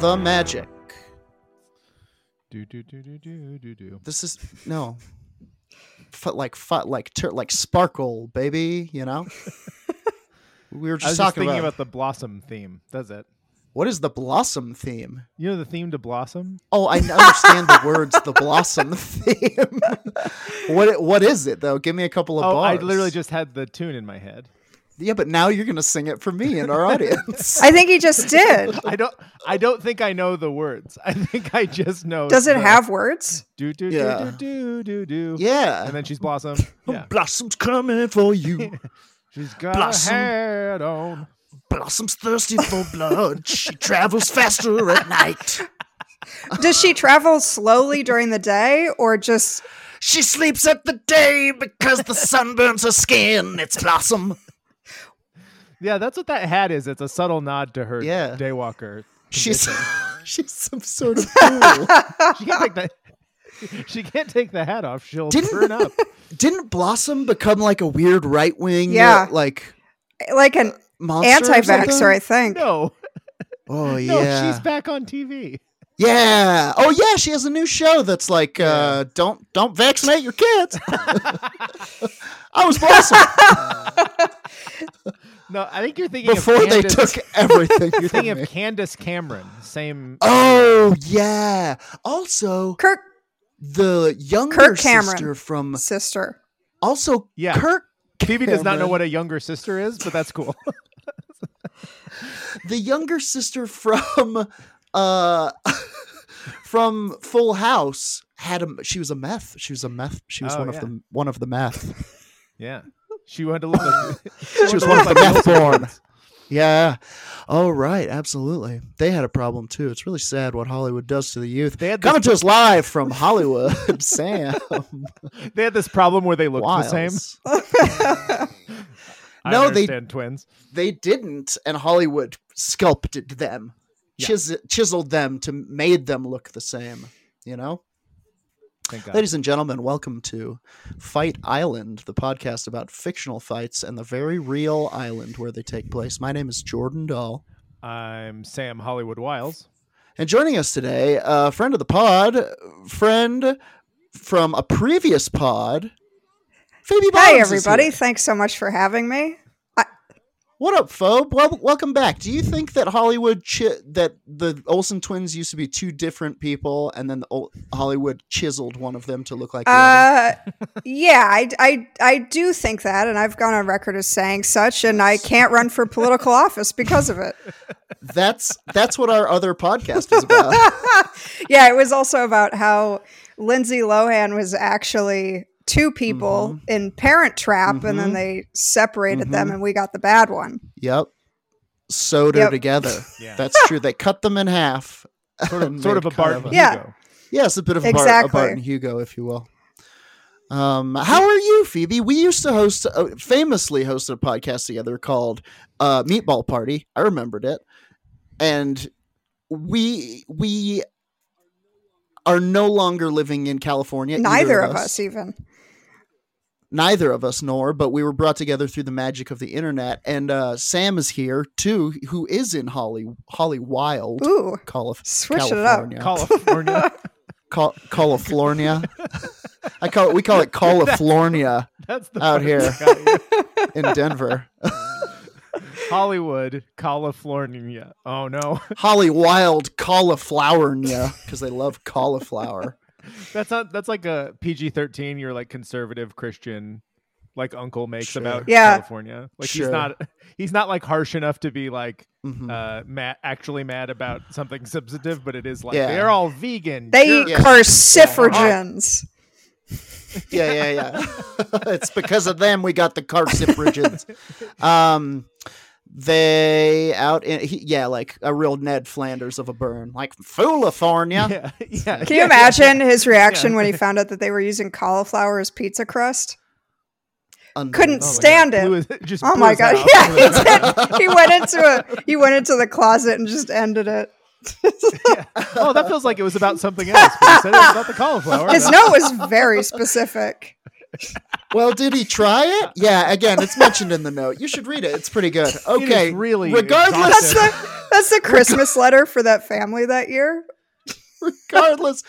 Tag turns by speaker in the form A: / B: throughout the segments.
A: the magic.
B: Do do do do do do do.
A: This is no. F- like f- like tur like sparkle, baby. You know. we were
B: I was
A: just
B: just
A: talking
B: thinking about...
A: about,
B: the blossom theme. That's it.
A: what is the blossom theme.
B: You know the theme to blossom?
A: Oh, I understand the words. The blossom theme. what what is it though? Give me a couple of
B: oh,
A: bars.
B: I literally just had the tune in my head.
A: yeah, but now you're gonna sing it for me and our audience.
C: I think he just did.
B: I don't. I don't think I know the words. I think I just know.
C: Does it
B: the
C: have words?
B: do do
A: Yeah.
B: do do do do? do.
A: yeah.
B: And then she's blossom. Yeah.
A: Blossom's coming for you.
B: She's got
A: Blossom.
B: her head on.
A: Blossom's thirsty for blood. She travels faster at night.
C: Does she travel slowly during the day or just
A: She sleeps at the day because the sun burns her skin. It's Blossom.
B: Yeah, that's what that hat is. It's a subtle nod to her
A: Yeah.
B: daywalker.
A: She's she's some sort of fool.
B: She can't take the. She can't take the hat off. She'll
A: Didn't-
B: turn up.
A: Didn't Blossom become like a weird right wing,
C: Yeah.
A: like
C: like an
A: monster? or
C: anti vaxxer, I
A: something?
C: think?
B: No,
A: Oh
B: no,
A: yeah,
B: she's back on TV.
A: yeah. Oh yeah, she has a new show that's like, uh, don't don't vaccinate your kids. I was Blossom
B: No, I think you're thinking
A: before
B: of
A: they
B: Candace-
A: took
B: You're
A: everything. from
B: thinking
A: me.
B: of Candace Cameron. Same.
A: Oh yeah. Also,
C: Kirk
A: the younger
C: Kirk Cameron.
A: sister from
C: sister.
A: also
B: Yeah.
A: Kirk.
B: Phoebe does not know
A: Cameron.
B: what a younger sister is, but that's cool.
A: The younger sister from uh from Full House had a she was a meth. She was a meth. She was
B: Oh,
A: one
B: yeah.
A: of the one of the meth.
B: yeah, she wanted to look like.
A: She was one of the meth born. Yeah. Oh right, absolutely. They had a problem too. It's really sad what Hollywood does to the youth.
B: They had this-
A: Coming to us live from Hollywood, Sam.
B: They had this problem where they looked the same.
A: Wiles. No,
B: I
A: they-
B: understand twins.
A: they didn't, and Hollywood sculpted them,
B: Yeah.
A: chis- chiseled them to made them look the same. You know,
B: Thank God.
A: ladies and gentlemen, welcome to Fight Island, the podcast about fictional fights and the very real island where they take place. My name is Jordan Dahl,
B: I'm Sam Hollywood Wiles.
A: and joining us today, a friend of the pod, friend from a previous pod, Phoebe. Bones
C: Hi,
A: is
C: everybody.
A: here.
C: Thanks so much for having me.
A: What up, Phobe? Well, welcome back. Do you think that Hollywood chi- that the Olsen twins used to be two different people, and then the Ol- Hollywood chiseled one of them to look like the other?
C: Uh, yeah, I, I, I do think that, and I've gone on record as saying such, and I can't run for political office because of it.
A: That's that's what our other podcast is about.
C: Yeah, it was also about how Lindsay Lohan was actually two people in Parent Trap, and then they separated them, and we got the bad one.
A: yep, sewed her
C: Yep.
A: together.
B: Yeah.
A: That's true. They cut them in half.
B: Sort of,
A: and
B: sort of
A: made
B: a Bart.
A: kind a-
B: and
C: Yeah.
B: Hugo.
A: Yes, a bit of a Bart- a
C: Exactly.
A: Bart and Hugo, if you will. Um, how are you, Phoebe? We used to host, uh, famously hosted a podcast together called uh, Meatball Party. I remembered it, and we we are no longer living in California. E-, either
C: Neither of us, even.
A: neither of us nor, but we were brought together through the magic of the internet. And uh, Sam is here too, who is in Holly Holly Wild,
C: Ooh,
A: Calif-
C: Switch it up.
A: California.
B: California.
A: Call California. I call it. We call it California
B: That's the
A: out
B: part
A: here
B: that got you.
A: in Denver.
B: Hollywood, California. Oh no,
A: Holly Wild California because they love cauliflower.
B: that's not. That's like a PG-13. You're like conservative Christian, like Uncle makes
A: Sure.
B: about
C: Yeah.
B: California. Like
A: Sure.
B: he's not. He's not like harsh enough to be like
A: Mhm.
B: uh, ma actually mad about something substantive, but it is like
A: Yeah.
B: they're all vegan.
C: They
B: jerk.
C: eat
A: Yeah.
C: carcinogens.
A: yeah, yeah, yeah. it's because of them we got the carcinogens. um, they out in he, yeah, like a real Ned Flanders of a burn, like Foolifornia.
B: yeah, yeah.
C: Can you imagine his reaction when he found out that they were using cauliflower as pizza crust?
B: Oh
C: Couldn't
A: Unbelievable.
C: stand it.
B: Blew his- just
C: Oh
B: blew
C: my
B: his
C: god!
B: mouth.
C: Yeah, he did. He went into a he went into the closet and just ended it.
B: oh, that feels like it was about something else. But he said it was about the cauliflower.
C: His note was very specific.
A: well, did he try it? Yeah, again, it's mentioned in the note. You should read it. It's pretty good. Okay.
B: really
A: regardless-
C: That's the that's the Christmas letter for that family that year.
A: regardless.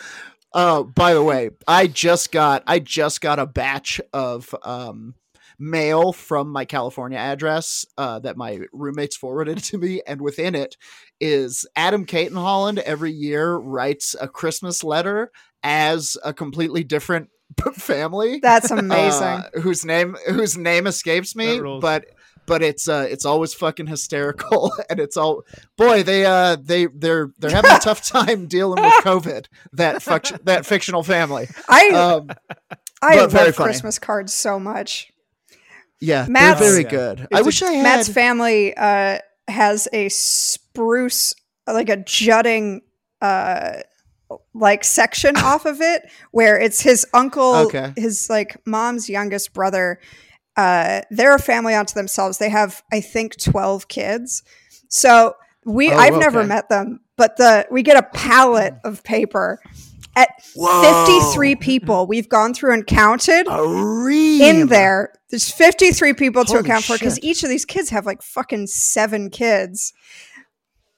A: Oh, by the way, I just got I just got a batch of um mail from my California address uh, that my roommates forwarded to me, and within it is Adam Caton Holland every year writes a Christmas letter as a completely different family.
C: That's
A: uh,
C: amazing.
A: whose name whose name escapes me,
B: That rules.
A: but but it's uh it's always fucking hysterical and it's all boy they uh they they're they're having a tough time dealing with covid that fuc- that fictional family
C: I
A: um but
C: I love
A: very funny.
C: Christmas cards so much.
A: yeah
C: Matt's-
A: they're very
B: Yeah.
A: good i
B: It's a-
A: wish i had
C: Matt's family uh, has a spruce, like a jutting, uh, like section off of it where it's his uncle,
A: Okay.
C: his like mom's youngest brother. Uh, they're a family unto themselves. They have, I think, twelve kids. So we,
A: Oh,
C: I've never
A: okay.
C: met them, but the we get a pallet of paper. At
A: Oh.
C: fifty-three people, we've gone through and counted
A: a ream.
C: in there. There's 53 people to
A: Holy
C: account for because
A: shit.
C: each of these kids have like fucking seven kids.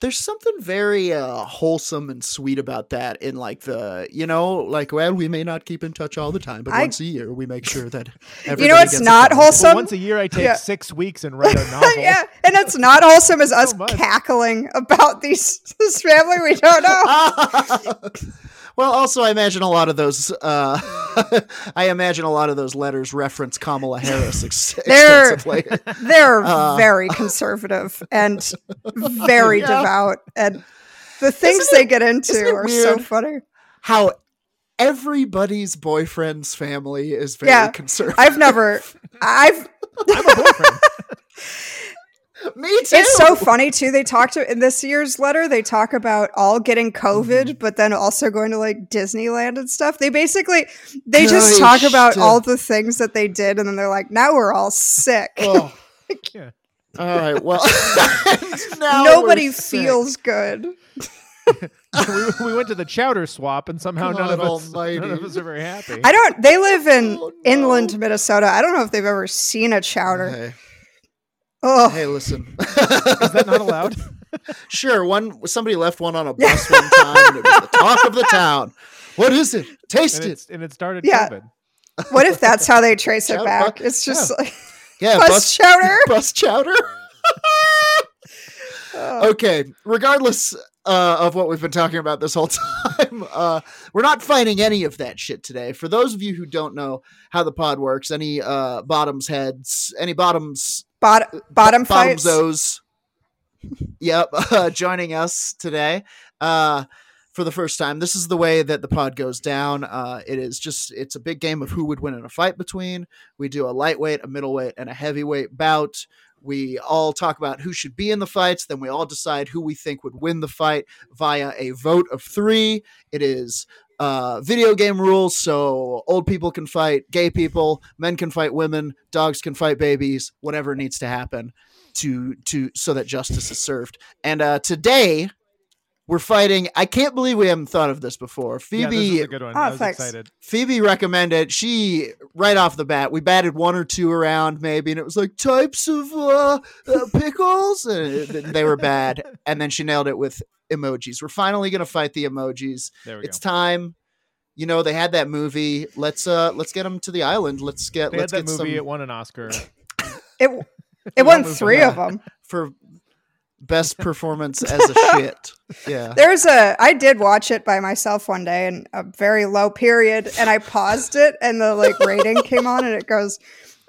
A: there's something very uh, wholesome and sweet about that in like the you know like well we may not keep in touch all the time but
C: I-
A: once a year we make sure that
C: you know
A: everybody
C: what's
A: gets a
C: not
A: call.
B: But
C: wholesome?
B: once a year, I take
C: Yeah.
B: six weeks and write a
A: Oh.
B: novel.
C: yeah, and it's not wholesome is us
B: much.
C: cackling about these this family we don't know.
A: well, also I imagine a lot of those. Uh, I imagine a lot of those letters reference Kamala Harris ex-
C: They're-
A: extensively.
C: They're
A: Uh.
C: very conservative and very
A: Yeah.
C: devout, and the things
A: Isn't
C: they get
A: isn't
C: into
A: it
C: are so
A: weird?
C: funny.
A: How everybody's boyfriend's family is very
C: Yeah.
A: conservative.
C: I've never, I've
B: I'm a boyfriend.
A: Me too.
C: It's so funny too. They talk to in this year's letter. They talk about all getting COVID,
A: Mm-hmm.
C: but then also going to like Disneyland and stuff. They basically they just
A: Gosh,
C: talk about
A: dude.
C: all the things that they did, and then they're like, now we're all sick.
A: Oh.
B: Yeah.
A: All right. Well, now
C: Nobody
A: we're sick.
C: feels good.
B: we, we went to the chowder swap, and somehow none of
A: God
B: us, none
A: almighty.
B: of us are very happy.
C: I don't. They live in
A: Oh, no.
C: inland Minnesota. I don't know if they've ever seen a chowder.
A: Hey,
C: Oh,
A: hey, listen.
B: Is that not allowed?
A: Sure, one somebody left one on a bus one time. And it was the talk of the town. What is it? Taste
B: and,
A: it.
B: it's, and it started
C: Yeah.
B: COVID.
C: what if that's how they trace it
A: Chowder
C: back?
A: buck-
C: It's just like
A: Yeah,
C: bus
A: bus
C: chowder.
A: bus chowder.
C: Oh.
A: okay. Regardless uh, of what we've been talking about this whole time, uh, we're not fighting any of that shit today. For those of you who don't know how the pod works, any uh, bottoms heads, any bottoms,
C: Bot- bottom
A: bottoms
C: fights.
A: those, yep, uh, joining us today. Uh, for the first time, this is the way that the pod goes down. Uh, it is just, it's a big game of who would win in a fight between. We do a lightweight, a middleweight, and a heavyweight bout. We all talk about who should be in the fights. Then we all decide who we think would win the fight via a vote of three. It is uh, video game rules. So old people can fight gay people, men can fight women, dogs can fight babies, whatever needs to happen to to so that justice is served. And uh, today we're fighting. I can't believe we haven't thought of this before.
B: Yeah,
A: Phoebe
B: this is a good one.
C: Oh,
B: I was
C: thanks.
B: excited.
A: Phoebe recommended she right off the bat. We batted one or two around maybe, and it was like types of uh, uh, pickles, and th- they were bad. And then she nailed it with emojis. We're finally gonna fight the emojis.
B: There we
A: It's time. You know they had that movie. Let's uh let's get them to the island. Let's
B: go.
A: get
B: They had
A: let's
B: that
A: get
B: movie. It
A: some
B: won an Oscar.
C: It it
B: all
C: won
B: moved on.
C: three of them.
A: for best performance as a shit. Yeah.
C: There's a I did watch it by myself one day in a very low period and I paused it and the like rating came on and it goes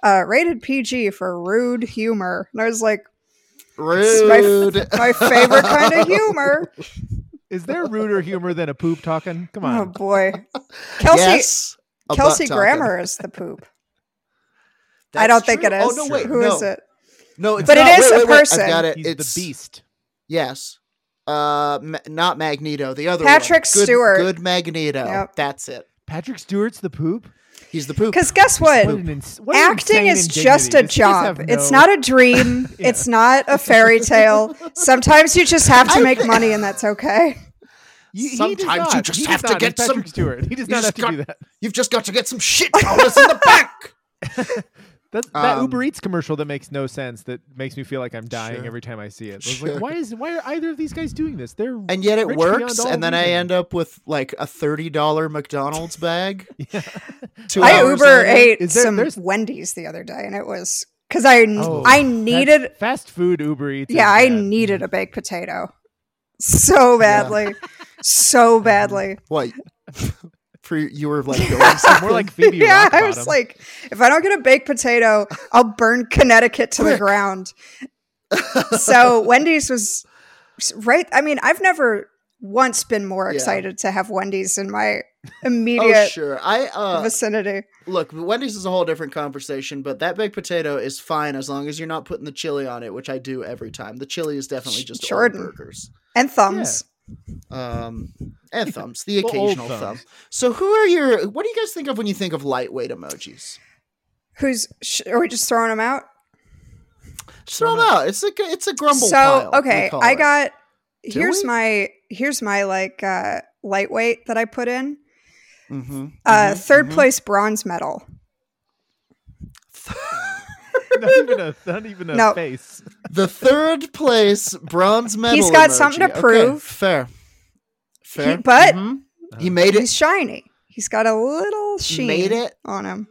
C: uh, rated PG for rude humor. And I was like, it's my,
A: Rude.
C: f- my favorite kind of humor.
B: Is there ruder humor than a poop talking? Come
C: Oh
B: on.
C: boy. Kelsey
A: yes. a butt
C: Kelsey
A: talking.
C: Grammer is the poop. I
A: That's
C: don't think
A: true.
C: it is. Who
A: Oh
C: is
A: no! Wait, no.
C: it?
A: No, it's
C: But it
A: not.
C: is
A: Wait,
C: a
A: wait, wait.
C: person.
A: I've got it.
B: He's
A: it's
B: the beast.
A: Yes. Uh, Ma- not Magneto. The other
C: Patrick
A: one. Good-
C: Stewart.
A: Good Magneto.
C: Yep.
A: That's it.
B: Patrick Stewart's the poop.
A: He's the poop.
C: Because guess
B: What
C: what?
B: an ins- what an
C: Acting
B: insane
C: is
B: indignity.
C: just a
B: These guys
C: job.
B: have
C: It's
B: no-
C: not a dream.
B: Yeah.
C: It's not a fairy tale. Sometimes you just have to make money and that's okay.
B: You- he does
A: Sometimes you
B: not.
A: just
B: He
A: have
B: does
A: to
B: not.
A: get
B: He's Patrick
A: some-
B: Stewart. He does
A: you
B: not have
A: just
B: to
A: got-
B: do that.
A: You've just got to get some shit dollars in the bank.
B: That, that
A: Um,
B: Uber Eats commercial that makes no sense that makes me feel like I'm dying
A: Sure.
B: every time I see it. I was
A: Sure.
B: like, why is why are either of these guys doing this? They're
A: and yet it
B: Rich beyond
A: works
B: all
A: and then i
B: reason.
A: end up with like a $30 mcdonald's bag
B: Yeah.
A: two
C: I
A: hours
C: Uber
A: later.
C: ate
B: Is there-
C: some
B: there's-
C: Wendy's the other day, and it was because I
B: Oh,
C: I needed
B: That's- fast food Uber Eats. is
C: yeah I
B: bad. Mm-hmm.
C: needed a baked potato so badly, so badly.
A: what for you were like going somewhere
B: More like Phoebe.
C: yeah, I
B: Rockbottom.
C: was like, if I don't get a baked potato, I'll burn Connecticut to the
A: Quick.
C: ground. so Wendy's was right. I mean, I've never once been more
A: Yeah.
C: excited to have Wendy's in my
A: oh
C: immediate
A: sure i uh
C: vicinity.
A: look wendy's is a whole different conversation but that baked potato is fine as long as you're not putting the chili on it which i do every time the chili is definitely just
C: Jordan.
A: old burgers
C: And thumbs.
A: um and thumbs the
B: Well, old
A: occasional thumb
B: thumbs.
A: so who are your what do you guys think of when you think of lightweight emojis
C: Who's sh- are we just throwing them out?
A: just throw them out it's a it's a grumble
C: so
A: pile, we
C: okay,
A: call
C: I
A: it.
C: got here's
A: we?
C: my here's my like uh, lightweight that I put in.
A: Mhm,
C: Uh,
A: mhm,
C: 3rd
A: mhm.
C: place bronze medal.
B: not even a not even a
C: No.
B: face.
A: The third place bronze medal.
C: He's got something to
A: emoji. Okay,
C: prove.
A: fair. Fair.
C: but-
B: Mm-hmm.
A: Mhm. he made it
C: He's shiny. He's got a little sheen
A: made it
C: on him.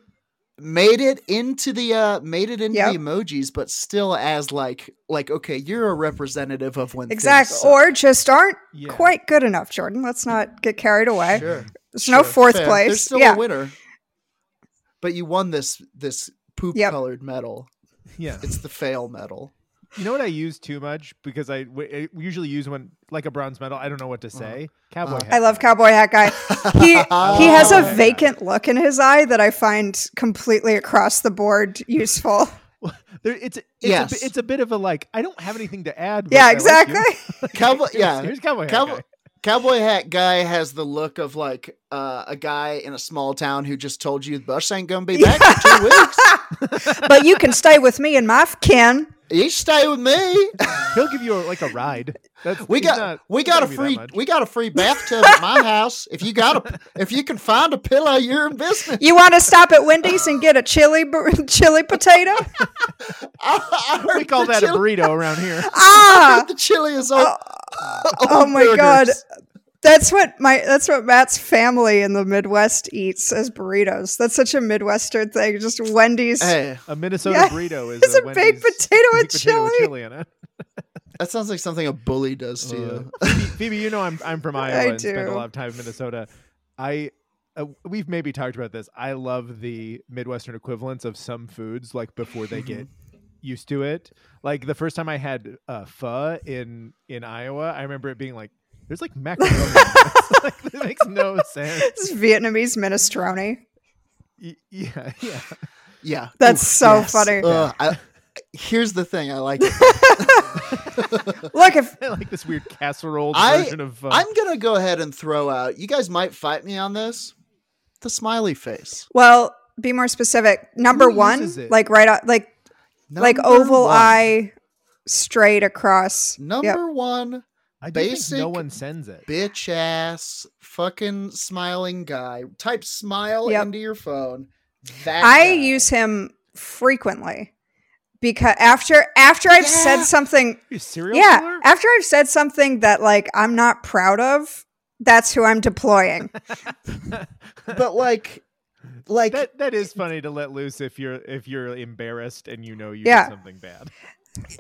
A: made it into the uh made it into
C: Yep.
A: the emojis, but still as like like okay, you're a representative of when things
C: Exactly.
A: suck.
C: Or just aren't
B: Yeah.
C: quite good enough, Jordan. Let's not get carried away.
A: Sure,
C: There's no
A: sure,
C: fourth
A: fair.
C: place.
A: There's still
C: yeah.
A: a winner. But you won this this poop colored medal.
B: Yeah.
A: It's the fail medal.
B: You know what I use too much because I, w- I usually use when like a bronze medal. I don't know what to say. Cowboy.
A: Uh-huh.
B: hat
C: I love
B: guy.
C: Cowboy Hat Guy. He he has a
B: Oh, yeah.
C: vacant look in his eye that I find completely across the board useful.
B: There, it's it's, a,
A: Yes.
B: bi- it's a bit of a like. I don't have anything to add. but I
C: yeah,
B: like you.
C: exactly.
A: Cowboy
B: Here's-
A: yeah.
B: Here's cowboy. Hat
A: Cowboy,
B: Guy.
A: cowboy hat guy has the look of like uh, a guy in a small town who just told you the bus ain't gonna be back for two weeks.
C: but you can stay with me and my f- kin.
A: You stay with me.
B: He'll give you a, like a ride. That's
A: We
B: he's
A: got
B: not-
A: we
B: he's
A: got
B: not
A: a
B: gonna be that
A: free
B: much.
A: we got a free bathtub at my house. If you got a if you can find a pillow, you're in business.
C: You want to stop at Wendy's and get a chili b- chili potato?
A: I, I heard
B: we call
A: the
B: that a
A: chili,
B: burrito around here.
A: I
C: Ah,
A: heard the chili is on. uh,
C: oh my God. that's what my that's what Matt's family in the Midwest eats as burritos. That's such a Midwestern thing. Just Wendy's.
A: Hey,
B: A Minnesota
C: Yeah.
B: burrito is
C: It's a
B: Wendy's
C: baked potato
B: baked
C: with
B: potato
C: chili.
B: with chili in it.
A: that sounds like something a bully does to
B: Uh,
A: you.
B: Phoebe, Phoebe, you know I'm I'm from Iowa
C: I
B: and spend
C: do.
B: a lot of time in Minnesota. I uh, we've maybe talked about this. I love the Midwestern equivalents of some foods like before they get used to it. Like the first time I had uh, pho in in Iowa, I remember it being like there's like macaroni. in this." like, it makes no sense.
C: This is Vietnamese minestrone.
B: Y- yeah, yeah.
A: Yeah,
C: That's so funny.
A: Ugh, I- here's the thing, I like it.
C: Look, if
B: I like this weird casserole
A: I-
B: version of pho.
A: I'm gonna go ahead and throw out. You guys might fight me on this. The smiley face,
C: well, be more specific. Number
B: Who
C: one,
B: uses it?
C: like right out, like like
A: Number
C: oval
A: one.
C: eye, straight across.
A: Number
C: Yep.
A: one,
B: I do think
A: basic
B: no one sends it.
A: bitch ass, fucking smiling guy. Type smile
C: Yep.
A: into your phone. That
C: I
A: guy.
C: use him frequently because after after I've said
A: Yeah.
C: something,
B: You serial
C: yeah,
B: killer?
C: after I've said something that like I'm not proud of, that's who I'm deploying.
A: but like, like
B: that that is funny to let loose if you're if you're embarrassed and you know you
C: Yeah.
B: did something bad.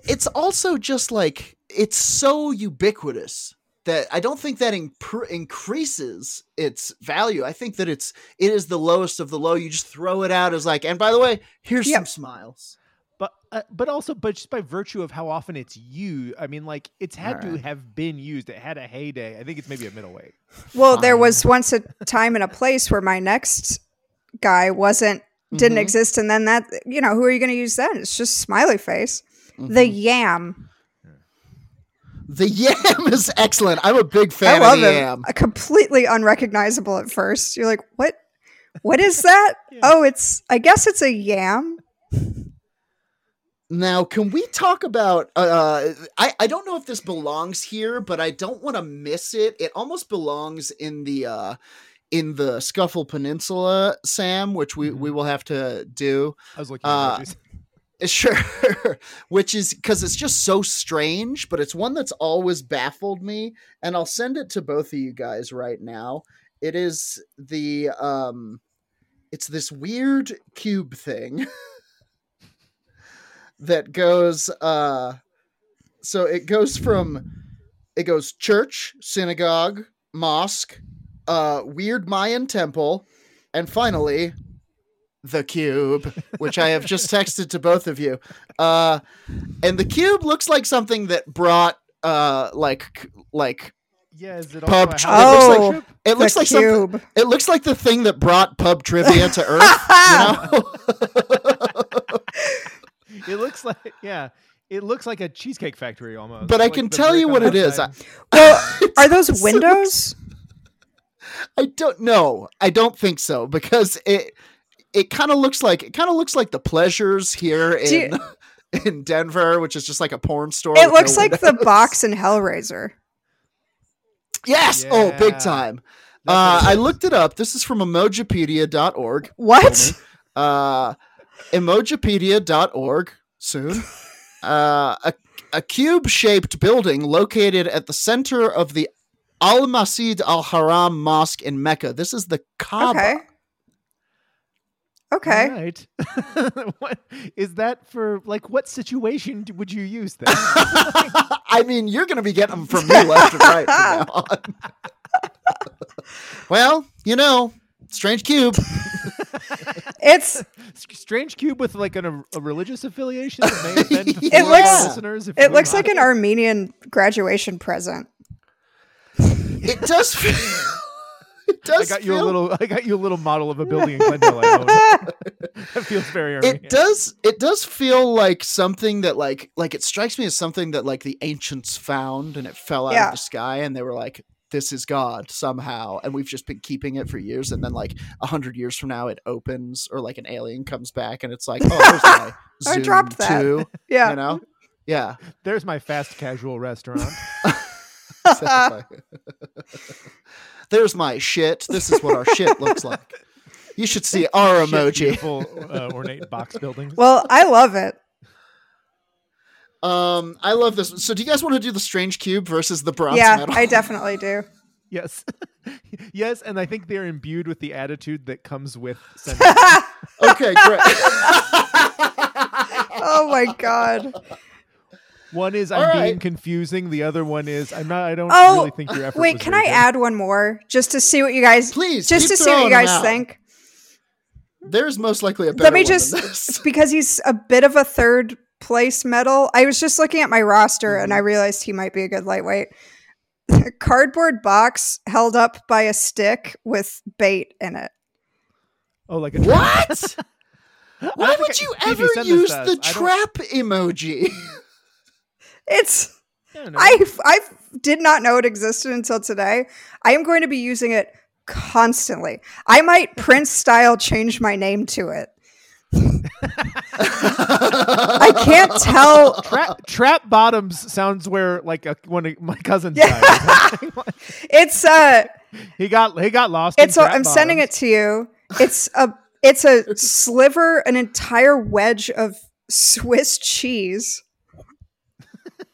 A: it's also just like it's so ubiquitous that I don't think that impr- increases its value. I think that it's it is the lowest of the low. You just throw it out as like, and by the way, here's some
C: Yep.
A: smiles.
B: But uh, but also but just by virtue of how often it's you, I mean like it's had to
A: Alright.
B: have been used. It had a heyday. I think it's maybe a middle way.
C: Well, there
A: Fine.
C: was once a time and a place where my next guy wasn't didn't
A: Mhm.
C: exist, and then that you know who are you going to use then? It's just smiley face.
A: Mm-hmm.
C: The yam.
A: The yam is excellent. I'm a big
C: I
A: fan
C: love
A: of the
C: him.
A: yam.
C: Uh, Completely unrecognizable at first. You're like, what? What is that?
B: Yeah.
C: Oh, it's. I guess it's a yam.
A: Now, can we talk about? Uh, I I don't know if this belongs here, but I don't want to miss it. It almost belongs in the uh, in the Scuffle Peninsula, Sam, which we,
C: Mm-hmm.
A: we will have to do.
B: I was looking. At
A: Uh,
B: emojis.
A: Sure, which is because it's just so strange, but it's one that's always baffled me, and I'll send it to both of you guys right now. It is the um, it's this weird cube thing that goes uh, so it goes from it goes church, synagogue, mosque, uh, weird Mayan temple, and finally the cube, which I have just texted to both of you. Uh, and the cube looks like something that brought uh, like c- like
B: yeah, is it
A: pub
B: also a
A: tr-
B: house worship?
A: it
C: it looks
A: looks
C: the
A: like something
C: cube.
A: it looks like the thing that brought pub trivia to Earth. You know?
B: It looks like yeah. It looks like a cheesecake factory almost.
A: but I
B: like
A: can
B: the
A: tell
B: brick
A: you
B: on
A: what it
B: one
A: is. I,
B: side.
C: Well, are those
A: So-
C: windows?
A: I don't know. I don't think so because it it kind of looks like it kind of looks like the pleasures here
C: Do you-
A: in in Denver, which is just like a porn store.
C: It
A: with
C: looks
A: no
C: like the
A: windows.
C: box in Hellraiser.
A: Yes. Oh,
B: Yeah.
A: big time.
B: That's what
A: Uh,
B: it
A: I
B: is.
A: looked it up. This is from emojipedia.org.
C: What?
A: Uh, emojipedia.org soon. Uh, a, a cube shaped building located at the center of the Al Masjid Al Haram Mosque in Mecca. This is the Kaaba.
C: Okay. Okay.
B: All right. what is that for? Like, what situation d- would you use that?
A: I mean, you're going to be getting them from me left and right. From now on. well, you know, strange cube.
C: It's
B: S- Strange cube with like an, a, a religious affiliation that may offend
A: It
B: foreign
C: looks-
B: listeners. If
C: it
B: we
C: looks like
B: mod
C: an Armenian graduation present.
A: It does feel. It
B: I
A: does
B: got you a
A: feel
B: little. I got you a little model of a building in Glendale. I own. that feels very. Armenian.
A: it does it does feel like something that like like it strikes me as something that like the ancients found and it fell out
C: Yeah.
A: of the sky and they were like this is god somehow and we've just been keeping it for years and then like a hundred years from now it opens or like an alien comes back and it's like oh there's my
C: I
A: Zoom
C: dropped that.
A: two,"
C: Yeah.
A: you know yeah
B: There's my fast casual restaurant.
A: exactly. there's my shit this is what our shit looks like you should see our
B: Shit,
A: emoji
B: beautiful, uh, ornate box buildings.
C: Well, I love it.
A: um i love this so do you guys want to do the strange cube versus the bronze
C: yeah,
A: medal
C: I definitely do.
B: yes, yes, and I think they're imbued with the attitude that comes with. sentiment.
A: Okay, great.
C: Oh my god.
B: one is
A: All
B: I'm
A: right.
B: being confusing. The other one is I'm not. I don't
C: Oh,
B: really think your effort.
C: Wait,
B: was
C: can
B: very
C: I
B: good.
C: add one more just to see what you guys
A: Please,
C: just
A: keep
C: to see what you
A: throwing them
C: guys
A: out.
C: think?
A: There's most likely a better
C: Let me
A: one than
C: just-
A: this.
C: Because he's a bit of a third place medal. I was just looking at my roster
A: Mm-hmm.
C: and I realized he might be a good lightweight. Cardboard box held up by a stick with bait in it.
B: Oh, like a
A: What?
B: I
A: Why
B: don't
A: would
B: think
A: you
B: I- Phoebe,
A: ever
B: send this
A: use
B: to us.
A: the
B: I don't-
A: trap emoji?
C: It's
B: I, don't know.
C: I I did not know it existed until today. I am going to be using it constantly. I might Prince style change my name to it. I
A: I
C: can't tell.
B: trap trap bottoms sounds where like a, one of my cousins
C: Yeah.
B: died.
C: It's uh
B: he got he got lost. in
C: it's i
B: trap
C: I'm sending
B: bottoms.
C: it to you. It's a it's a sliver, an entire wedge of Swiss cheese.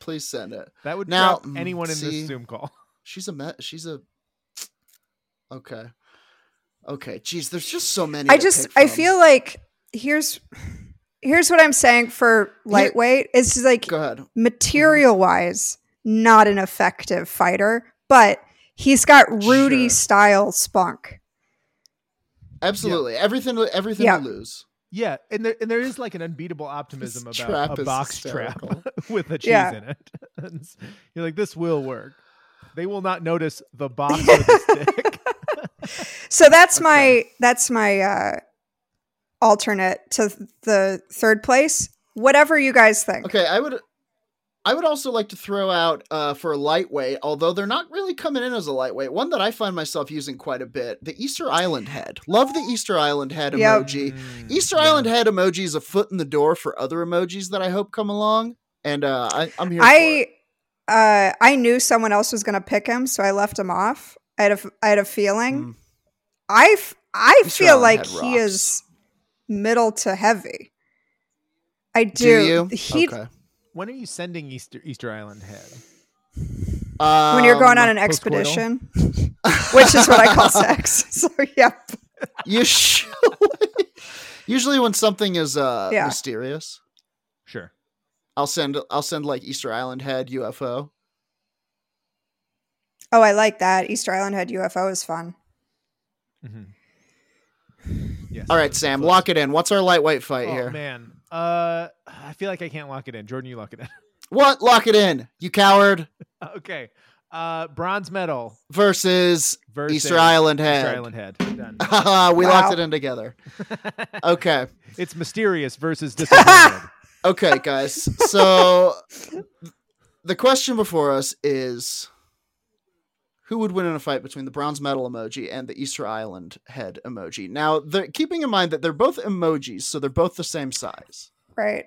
A: Please send it.
B: That would
A: Now,
B: drop
A: mm,
B: anyone in
A: see.
B: this Zoom call.
A: She's a met. She's a. Okay. Okay. Jeez, there's just so many.
C: I
A: to
C: just
A: pick
C: I
A: from.
C: feel like here's here's what I'm saying for lightweight. It's just like
A: Go ahead.
C: material wise, not an effective fighter, but he's got Rudy
A: Sure.
C: style spunk.
A: Absolutely. Everything. Everything
C: Yeah.
A: to lose.
B: Yeah, and there and there is like an unbeatable
A: This
B: optimism
A: trap
B: about a
A: is
B: box
A: hysterical.
B: trap with a cheese
C: Yeah.
B: in it. And s- You're like, this will work. They will not notice the box with the stick.
C: So that's my
B: Okay.
C: that's my uh alternate to th- the third place. Whatever you guys think.
A: Okay, I would I would also like to throw out uh, for lightweight, although they're not really coming in as a lightweight, one that I find myself using quite a bit, the Easter Island head. Love the Easter Island head
C: Yep.
A: emoji.
B: Mm,
A: Oh, Easter
B: yeah.
A: Island head emoji is a foot in the door for other emojis that I hope come along. And uh, I, I'm here.
C: I
A: Mm.
C: uh I knew someone else was going to pick him, so I left him off. I had a f- I had a feeling. I f- I
A: Mr.
C: feel
A: Allen
C: like
A: had
C: he
A: rocks.
C: is middle to heavy. I do.
A: Do you?
C: He
A: Okay.
B: When are you sending Easter Easter Island head?
C: when you're going
A: Um,
C: on an
B: postcoital.
C: expedition, which is what I call sex. So yeah,
A: You sh- usually when something is uh
C: Yeah.
A: mysterious,
B: Sure.
A: I'll send I'll send like Easter Island head UFO.
C: Oh, I like that. Easter Island had UFO is fun.
B: Mm-hmm. Yes.
A: All right, Sam, lock it in. What's our lightweight fight
B: oh,
A: here?
B: man, uh, I feel like I can't lock it in. Jordan, you lock it in.
A: What? Lock it in. You coward
B: okay. Uh, bronze medal
A: versus
B: versus
A: Easter Island head.
B: Easter Island head. Done.
A: we
C: Wow.
A: locked it in together. Okay.
B: it's mysterious versus disappointed.
A: Okay, guys. So the question before us is who would win in a fight between the bronze medal emoji and the Easter Island head emoji? Now, they're, keeping in mind that they're both emojis, so they're both the same size.
C: Right.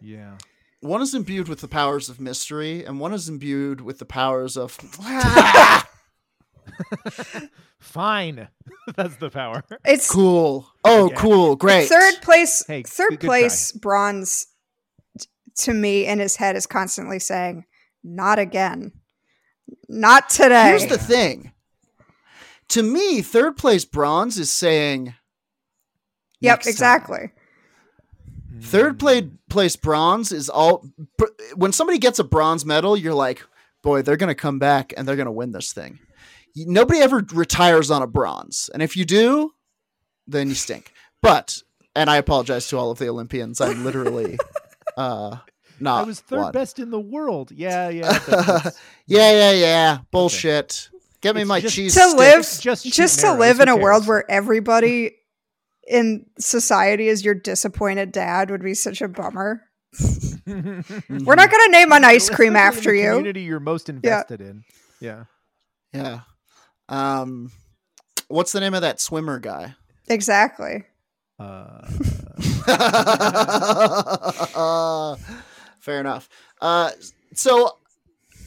B: yeah.
A: One is imbued with the powers of mystery, and one is imbued with the powers of.
B: Fine. That's the power.
C: It's
A: cool. Oh,
B: Yeah.
A: cool. Great.
C: third place
B: Hey, good-
C: third
B: good
C: place bronze t- to me in his head is constantly saying, Not again. Not today.
A: Here's the thing. To me, third place bronze is saying.
C: yep,
A: "Next time."
C: exactly.
A: Third played place bronze is all. br- When somebody gets a bronze medal, you're like, boy, they're gonna come back and they're gonna win this thing. Y- Nobody ever retires on a bronze, and if you do, then you stink. But and I apologize to all of the Olympians. I'm literally uh, not.
B: I was third
A: one.
B: best in the world. Yeah, yeah. that's- that's-
A: Yeah, yeah, yeah. Bullshit. Get me
B: It's
A: my
B: just-
A: cheese.
C: To
A: stick.
C: live-
B: it's just
C: Just
B: shooting
C: to live
B: arrows.
C: in a
B: Who
C: world
B: cares?
C: where everybody in society is your disappointed dad would be such a bummer. We're not gonna name an ice
B: Especially Mm-hmm. in
C: cream after
B: the
C: you.
B: Community you're most invested in. Yeah.
A: Yeah. Um, what's the name of that swimmer guy?
C: Exactly.
B: Uh,
A: Fair enough. Uh, so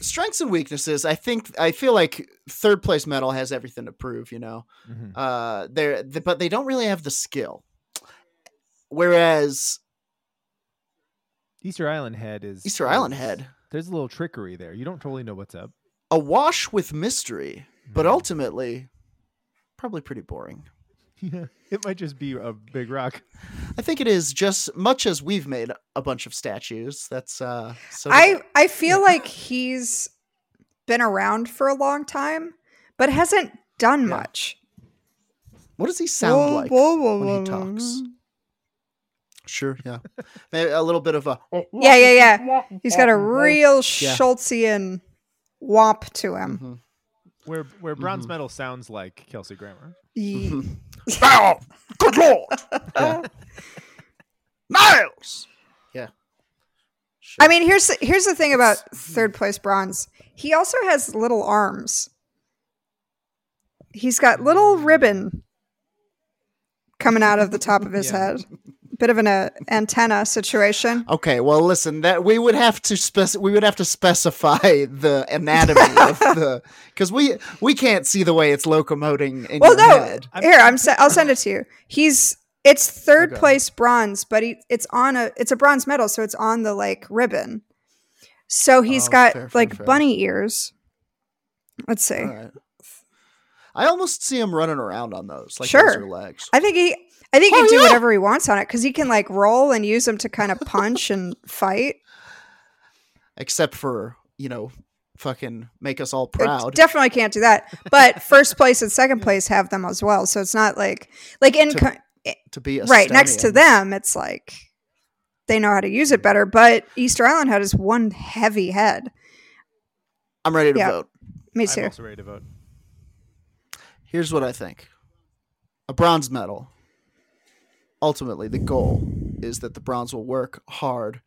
A: strengths and weaknesses. I think I feel like third place medal has everything to prove. You know,
B: mhm.
A: uh, they're th- but they don't really have the skill. Whereas
B: Easter Island head is
A: Easter Island head,
B: There's a little trickery there. You don't totally know what's up.
A: awash with mystery, but
B: Mhm.
A: ultimately probably pretty boring.
B: Yeah, it might just be a big rock.
A: I think it is just much as we've made a bunch of statues. That's uh, so
C: I I feel like he's been around for a long time, but hasn't done
A: Yeah.
C: much.
A: What does he sound
C: Whoa,
A: like
C: whoa, whoa,
A: when he
C: whoa, whoa,
A: talks?
C: whoa.
A: Sure, yeah. Maybe a little bit of a
C: Yeah, yeah, yeah. He's got a real Schultzian womp to him.
A: Mhm.
B: Where where bronze
A: Mhm.
B: medal sounds like Kelsey Grammer.
C: Ye-
A: Mhm. Now, good lord,
C: Uh,
A: Niles. Yeah. Sure.
C: I mean, here's the, here's the thing about
A: Hmm.
C: third place bronze. He also has little arms. He's got little ribbon coming out of the top of his
B: Yeah.
C: head. Bit of an uh, antenna situation.
A: okay. Well, listen. That we would have to spec. We would have to specify the anatomy of the because we we can't see the way it's locomoting in
C: Well,
A: your
C: no.
A: head.
B: I'm-
C: Here, I'm. Se- I'll send it to you. He's. It's third
A: Okay.
C: place bronze, but he, it's on a. It's a bronze medal, so it's on the like ribbon. So he's
A: Oh,
C: got
A: fair, fair,
C: like
A: fair.
C: bunny ears. Let's see.
A: All right. I almost see him running around on those, like
C: Sure.
A: those are legs.
C: I think he. I think he
A: Oh,
C: can do
A: yeah.
C: whatever he wants on it because he can like roll and use them to kind of punch and fight.
A: Except for you know, fucking make us all
C: It
A: proud.
C: Definitely can't do that. But first place and second place have them as well, so it's not like like in
A: To-
C: co-
A: to be a
C: right next to
A: stallion.
C: them it's like they know how to use it better but easter island had is one heavy head
A: I'm ready to
C: Yeah.
A: vote.
C: me
B: I'm
C: too
B: also ready to vote.
A: Here's what I think. A bronze medal. Ultimately, the goal is that the bronze will work hard,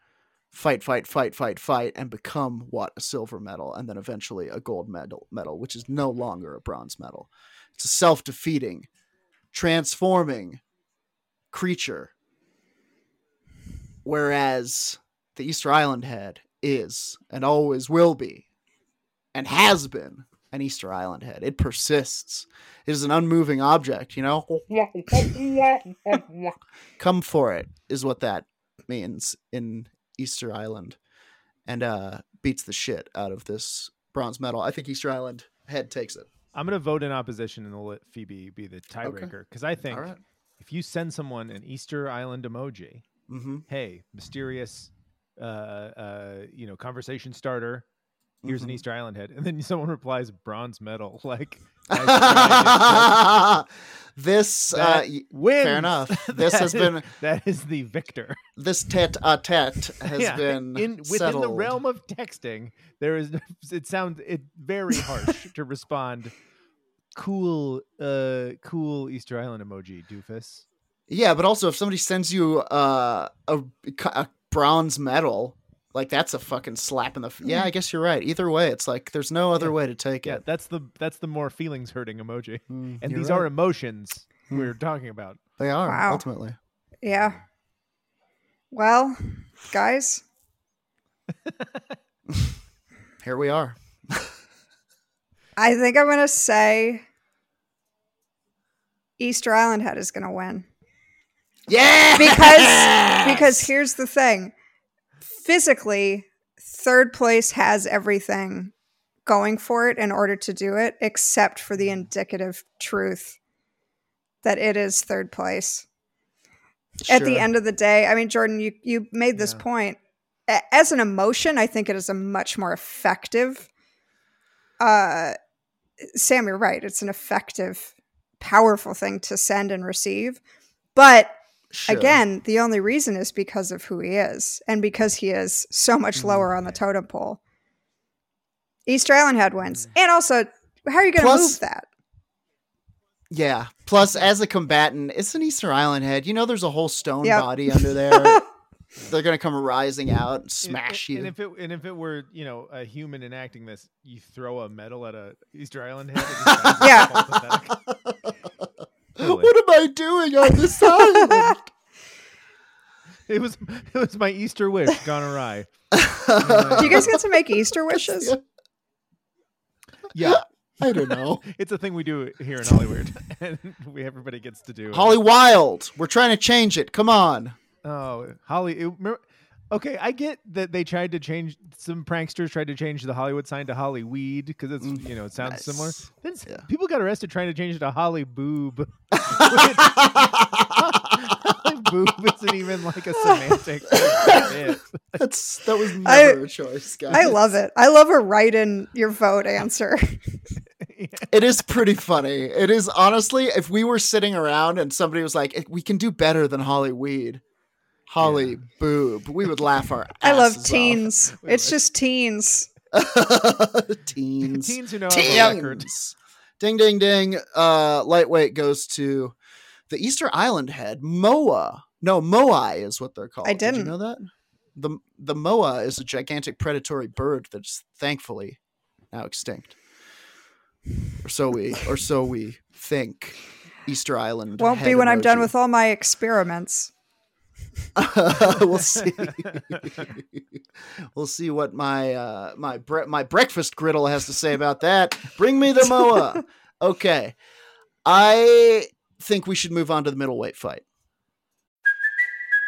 A: fight, fight, fight, fight, fight, and become what a silver medal, and then eventually a gold medal, medal, which is no longer a bronze medal. It's a self-defeating, transforming creature. Whereas the Easter Island head is and always will be, and has been an Easter Island head. It persists. It is an unmoving object, you know? Come for it is what that means in Easter Island. And uh beats the shit out of this bronze medal. I think Easter Island head takes it.
B: I'm gonna vote in opposition and let Phoebe be the tiebreaker because I think
A: All right.
B: if you send someone an Easter Island emoji,
A: Mm-hmm.
B: hey, mysterious, uh, uh, you know, conversation starter. Here's an
A: Mhm.
B: Easter Island head, and then someone replies bronze medal. Like, nice try, good
A: this uh,
B: That-
A: y-
B: shit. wins.
A: fair enough. This
B: That
A: has
B: is-
A: been
B: that is the victor.
A: this tete a tete has
B: Yeah,
A: been
B: in within
A: settled.
B: the realm of texting. There is it sounds it very harsh to respond. Cool, uh, cool Easter Island emoji, doofus.
A: Yeah, but also if somebody sends you uh, a, a bronze medal, like that's a fucking slap in the. F- yeah, I guess you're right. Either way, it's like there's no other
B: Hmm. Yeah.
A: way to take
B: Yeah,
A: it.
B: that's the that's the more feelings hurting emoji,
A: Mm,
B: and
A: you're
B: these
A: right.
B: are emotions
A: Hmm.
B: we're talking about.
A: they are
C: Wow.
A: ultimately.
C: Yeah. Well, guys,
A: Here we are.
C: I think I'm gonna say Easter Island Head is gonna win
A: Yeah,
C: because because here's the thing: physically, third place has everything going for it in order to do it, except for
A: Mm.
C: the indicative truth that it is third place. at the
A: Sure.
C: end of the day, I mean, Jordan, you you made this
B: Yeah.
C: point. A- As an emotion, I think it is a much more effective. Uh, Sam, you're right. It's an effective, powerful thing to send and receive. But
A: Sure.
C: again, the only reason is because of who he is and because he is so much
A: Mhm.
C: lower on the totem pole. Easter Island had wins. And also, how are you going to
A: Plus-
C: move that?
A: Yeah. Plus, as a combatant, it's an Easter Island head. You know, there's a whole stone
C: Yep.
A: body under there. They're gonna come rising out and
B: And- and,
A: smash you.
B: And if it and if it were you know a human enacting this, you throw a medal at a Easter Island head. it just sounds
C: Yeah.
B: all pathetic. Totally.
A: what am I doing on this island?
B: It was it was my Easter wish gone awry.
C: Do you guys get to make Easter wishes?
A: Yeah,
B: Yeah,
A: I don't know.
B: it's a thing we do here in Hollywood, and we everybody gets to do. it.
A: Holly Wild, we're trying to change it. Come on.
B: Oh, Holly. it- mer- okay, I get that they tried to change. Some pranksters tried to change the Hollywood sign to Hollyweed because it's
A: Mm,
B: you know it sounds similar.
A: nice.
B: Then s-
A: Yeah.
B: people got arrested trying to change it to Holly Boob. Holly Boob isn't even like a semantic. bit.
A: That's that was
C: I-
A: never a choice, guys.
C: I love it. I love a write in your vote answer.
A: It is pretty funny. It is honestly, if we were sitting around and somebody was like, "We can do better than Holly Weed, Holly
B: Yeah.
A: Boob," we would laugh our.
C: I love
A: asses
C: teens.
B: We
C: it's
B: would.
C: just teens.
A: off. teens.
B: Teens who know have a record.
A: Teens. Ding ding ding. Uh, lightweight goes to the Easter Island head. Moa. No, moai is what they're called.
C: I
A: Did
C: didn't.
A: you know that? The the moa is a gigantic predatory bird that's thankfully now extinct. Or so we or so we think. Easter Island
C: Won't be
A: head
C: when I'm done
A: emoji.
C: with all my experiments.
A: we'll see. we'll see what my uh, my bre- my breakfast griddle has to say about that. Bring me the moa. Okay, I think we should move on to the middleweight fight.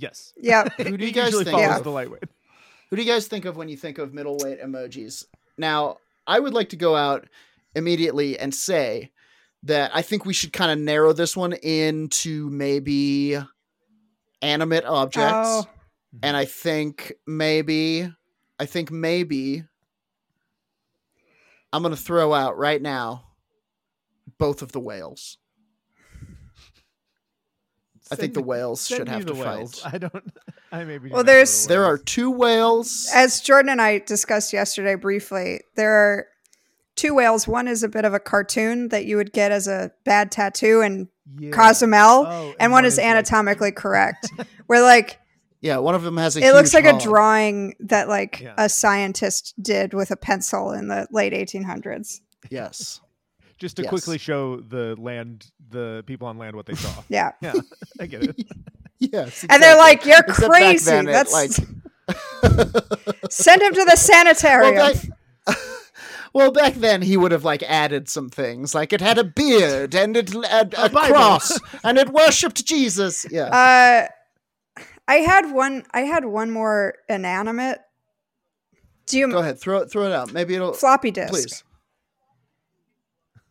B: Yes.
C: Yep.
A: Who do you
B: It
A: guys
B: usually
A: think
B: follows
A: of?
B: the lightweight.
A: Who do you guys think of when you think of middleweight emojis? Now, I would like to go out immediately and say that I think we should kind of narrow this one into maybe animate objects.
C: Oh,
A: and I think maybe, I think maybe, I'm gonna throw out right now both of the whales. I think
B: Send
A: the
B: me-
A: whales
B: send
A: should
B: me
A: have
B: the
A: to
B: whales.
A: fight.
B: I don't. I maybe. do not
C: Well,
B: know the
C: there's-
A: There are
B: whales.
A: two whales.
C: as Jordan and I discussed yesterday briefly, there are two whales. One is a bit of a cartoon that you would get as a bad tattoo in
B: Yeah.
C: Cozumel,
B: Oh,
C: and, one is
B: like-
C: anatomically correct. Where like
A: Yeah, one of them has a.
C: it looks
A: huge
C: like a
A: hog.
C: drawing that like
B: Yeah.
C: a scientist did with a pencil in the late 1800s.
A: Yes.
B: just to
A: Yes.
B: quickly show the land, the people on land what they saw.
C: Yeah.
B: yeah, I get it.
A: Yes.
C: And they're
A: exactly.
C: like, "You're
A: Except back
C: crazy.
A: then it,
C: That's
A: like
C: send him to the sanitarium."
A: well back, well, back then he would have like added some things, like it had a beard and it had a,
B: Bible.
A: cross and it worshipped Jesus. Yeah.
C: uh i had one i had one more inanimate do you
A: Go ahead, throw it, throw it out. Maybe it'll
C: floppy disk
A: please.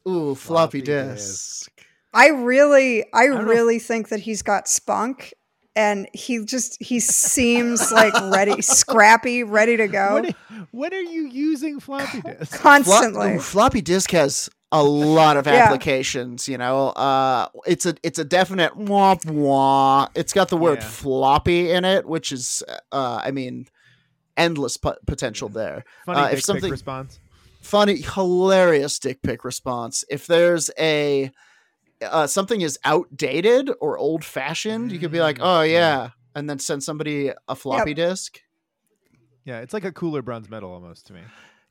A: Ooh,
B: Floppy
A: floppy,
B: disk.
A: disk.
C: i really i,
B: don't know if-
C: really think that he's got spunk and he just he seems like ready scrappy ready to go
B: When, when are you using floppy disk?
A: Flop-
C: constantly
A: ooh, floppy disk has a lot of
C: Yeah.
A: applications. You know, uh, it's a it's a definite womp wah. It's got the word
B: Yeah.
A: floppy in it, which is, uh, I mean, endless po- potential there.
B: Funny
A: Uh,
B: dick
A: if
B: pic
A: something
B: response.
A: funny, hilarious dick pic response. If there's a uh, something is outdated or old fashioned, you could be like,
B: Mm,
A: oh
B: yeah.
A: yeah, and then send somebody a floppy disk.
B: Yeah, it's like a cooler bronze medal almost to me.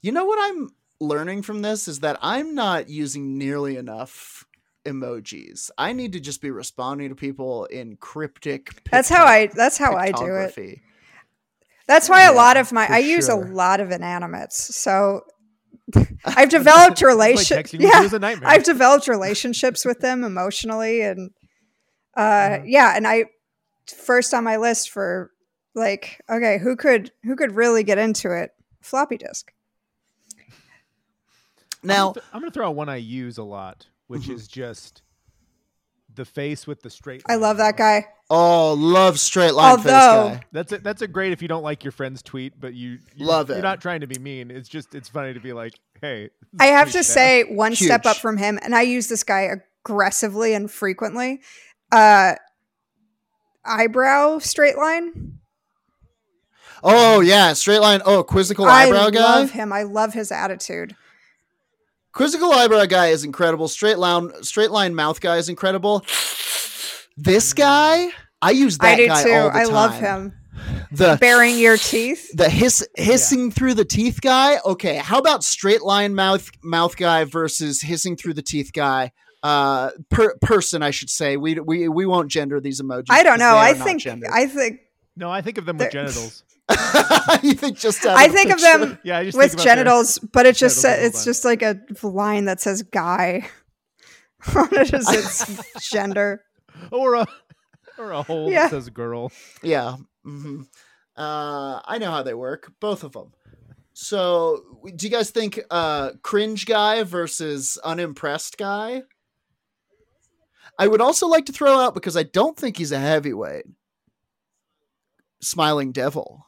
A: You know what I'm learning from this is that I'm not using nearly enough emojis. I need to just be responding to people in cryptic.
C: that's how i that's how i do it
A: pictography.
C: that's why a
A: Yeah,
C: lot of my
A: for
C: i use
A: sure.
C: a lot of inanimates so i've developed
B: It's
C: relation
B: like texting
C: yeah
B: was a nightmare.
C: I've developed relationships with them emotionally and uh
A: Mm-hmm.
C: yeah, and I first on my list for like okay, who could who could really get into it? Floppy disk.
A: Now,
B: I'm gonna, th- I'm gonna throw out one I use a lot, which
C: Mm-hmm.
B: is just the face with the straight.
C: I
B: line
C: love that
B: down.
C: guy.
A: oh, love straight line face
C: Although-
A: guy.
B: That's a, that's a great if you don't like your friend's tweet, but you you-
A: Love
B: You're
A: it.
B: not trying to be mean. It's just it's funny to be like, hey.
C: I have to
B: tweet's
C: say one step up
A: Huge.
C: from him and I use this guy aggressively and frequently. Uh eyebrow straight line.
A: Oh yeah, straight line. Oh, quizzical
C: I
A: eyebrow guy.
C: love him. I love his attitude.
A: Quizzical eyebrow guy is incredible. Straight line, straight line mouth guy is incredible. This guy, I use that
C: Mm. I do
A: guy
C: too.
A: all the
C: I love
A: time.
C: him.
A: The
C: Baring your teeth.
A: the hiss hissing through the teeth guy. Okay, how about straight line mouth mouth guy versus hissing through the teeth guy? Uh, per, person, I should say. We we we won't gender these emojis.
C: I don't
A: 'cause
C: know.
A: they are
C: I
A: not
C: think
A: gendered.
C: I think
B: No, I think of them with
C: They're-
B: genitals.
A: you think just out
C: I
A: the
C: think of
A: picture?
C: them
B: Yeah, I just think
C: with
B: about their-
C: genitals, but it
B: genitals
C: just sa-
B: all the
C: it's
B: time.
C: just like a line that says guy. on it is its gender.
B: or a or a hole
C: Yeah.
B: that says girl.
A: Yeah. hmm Uh, I know how they work, both of them. So, w- do you guys think uh, cringe guy versus unimpressed guy? I would also like to throw out because I don't think he's a heavyweight. Smiling Devil.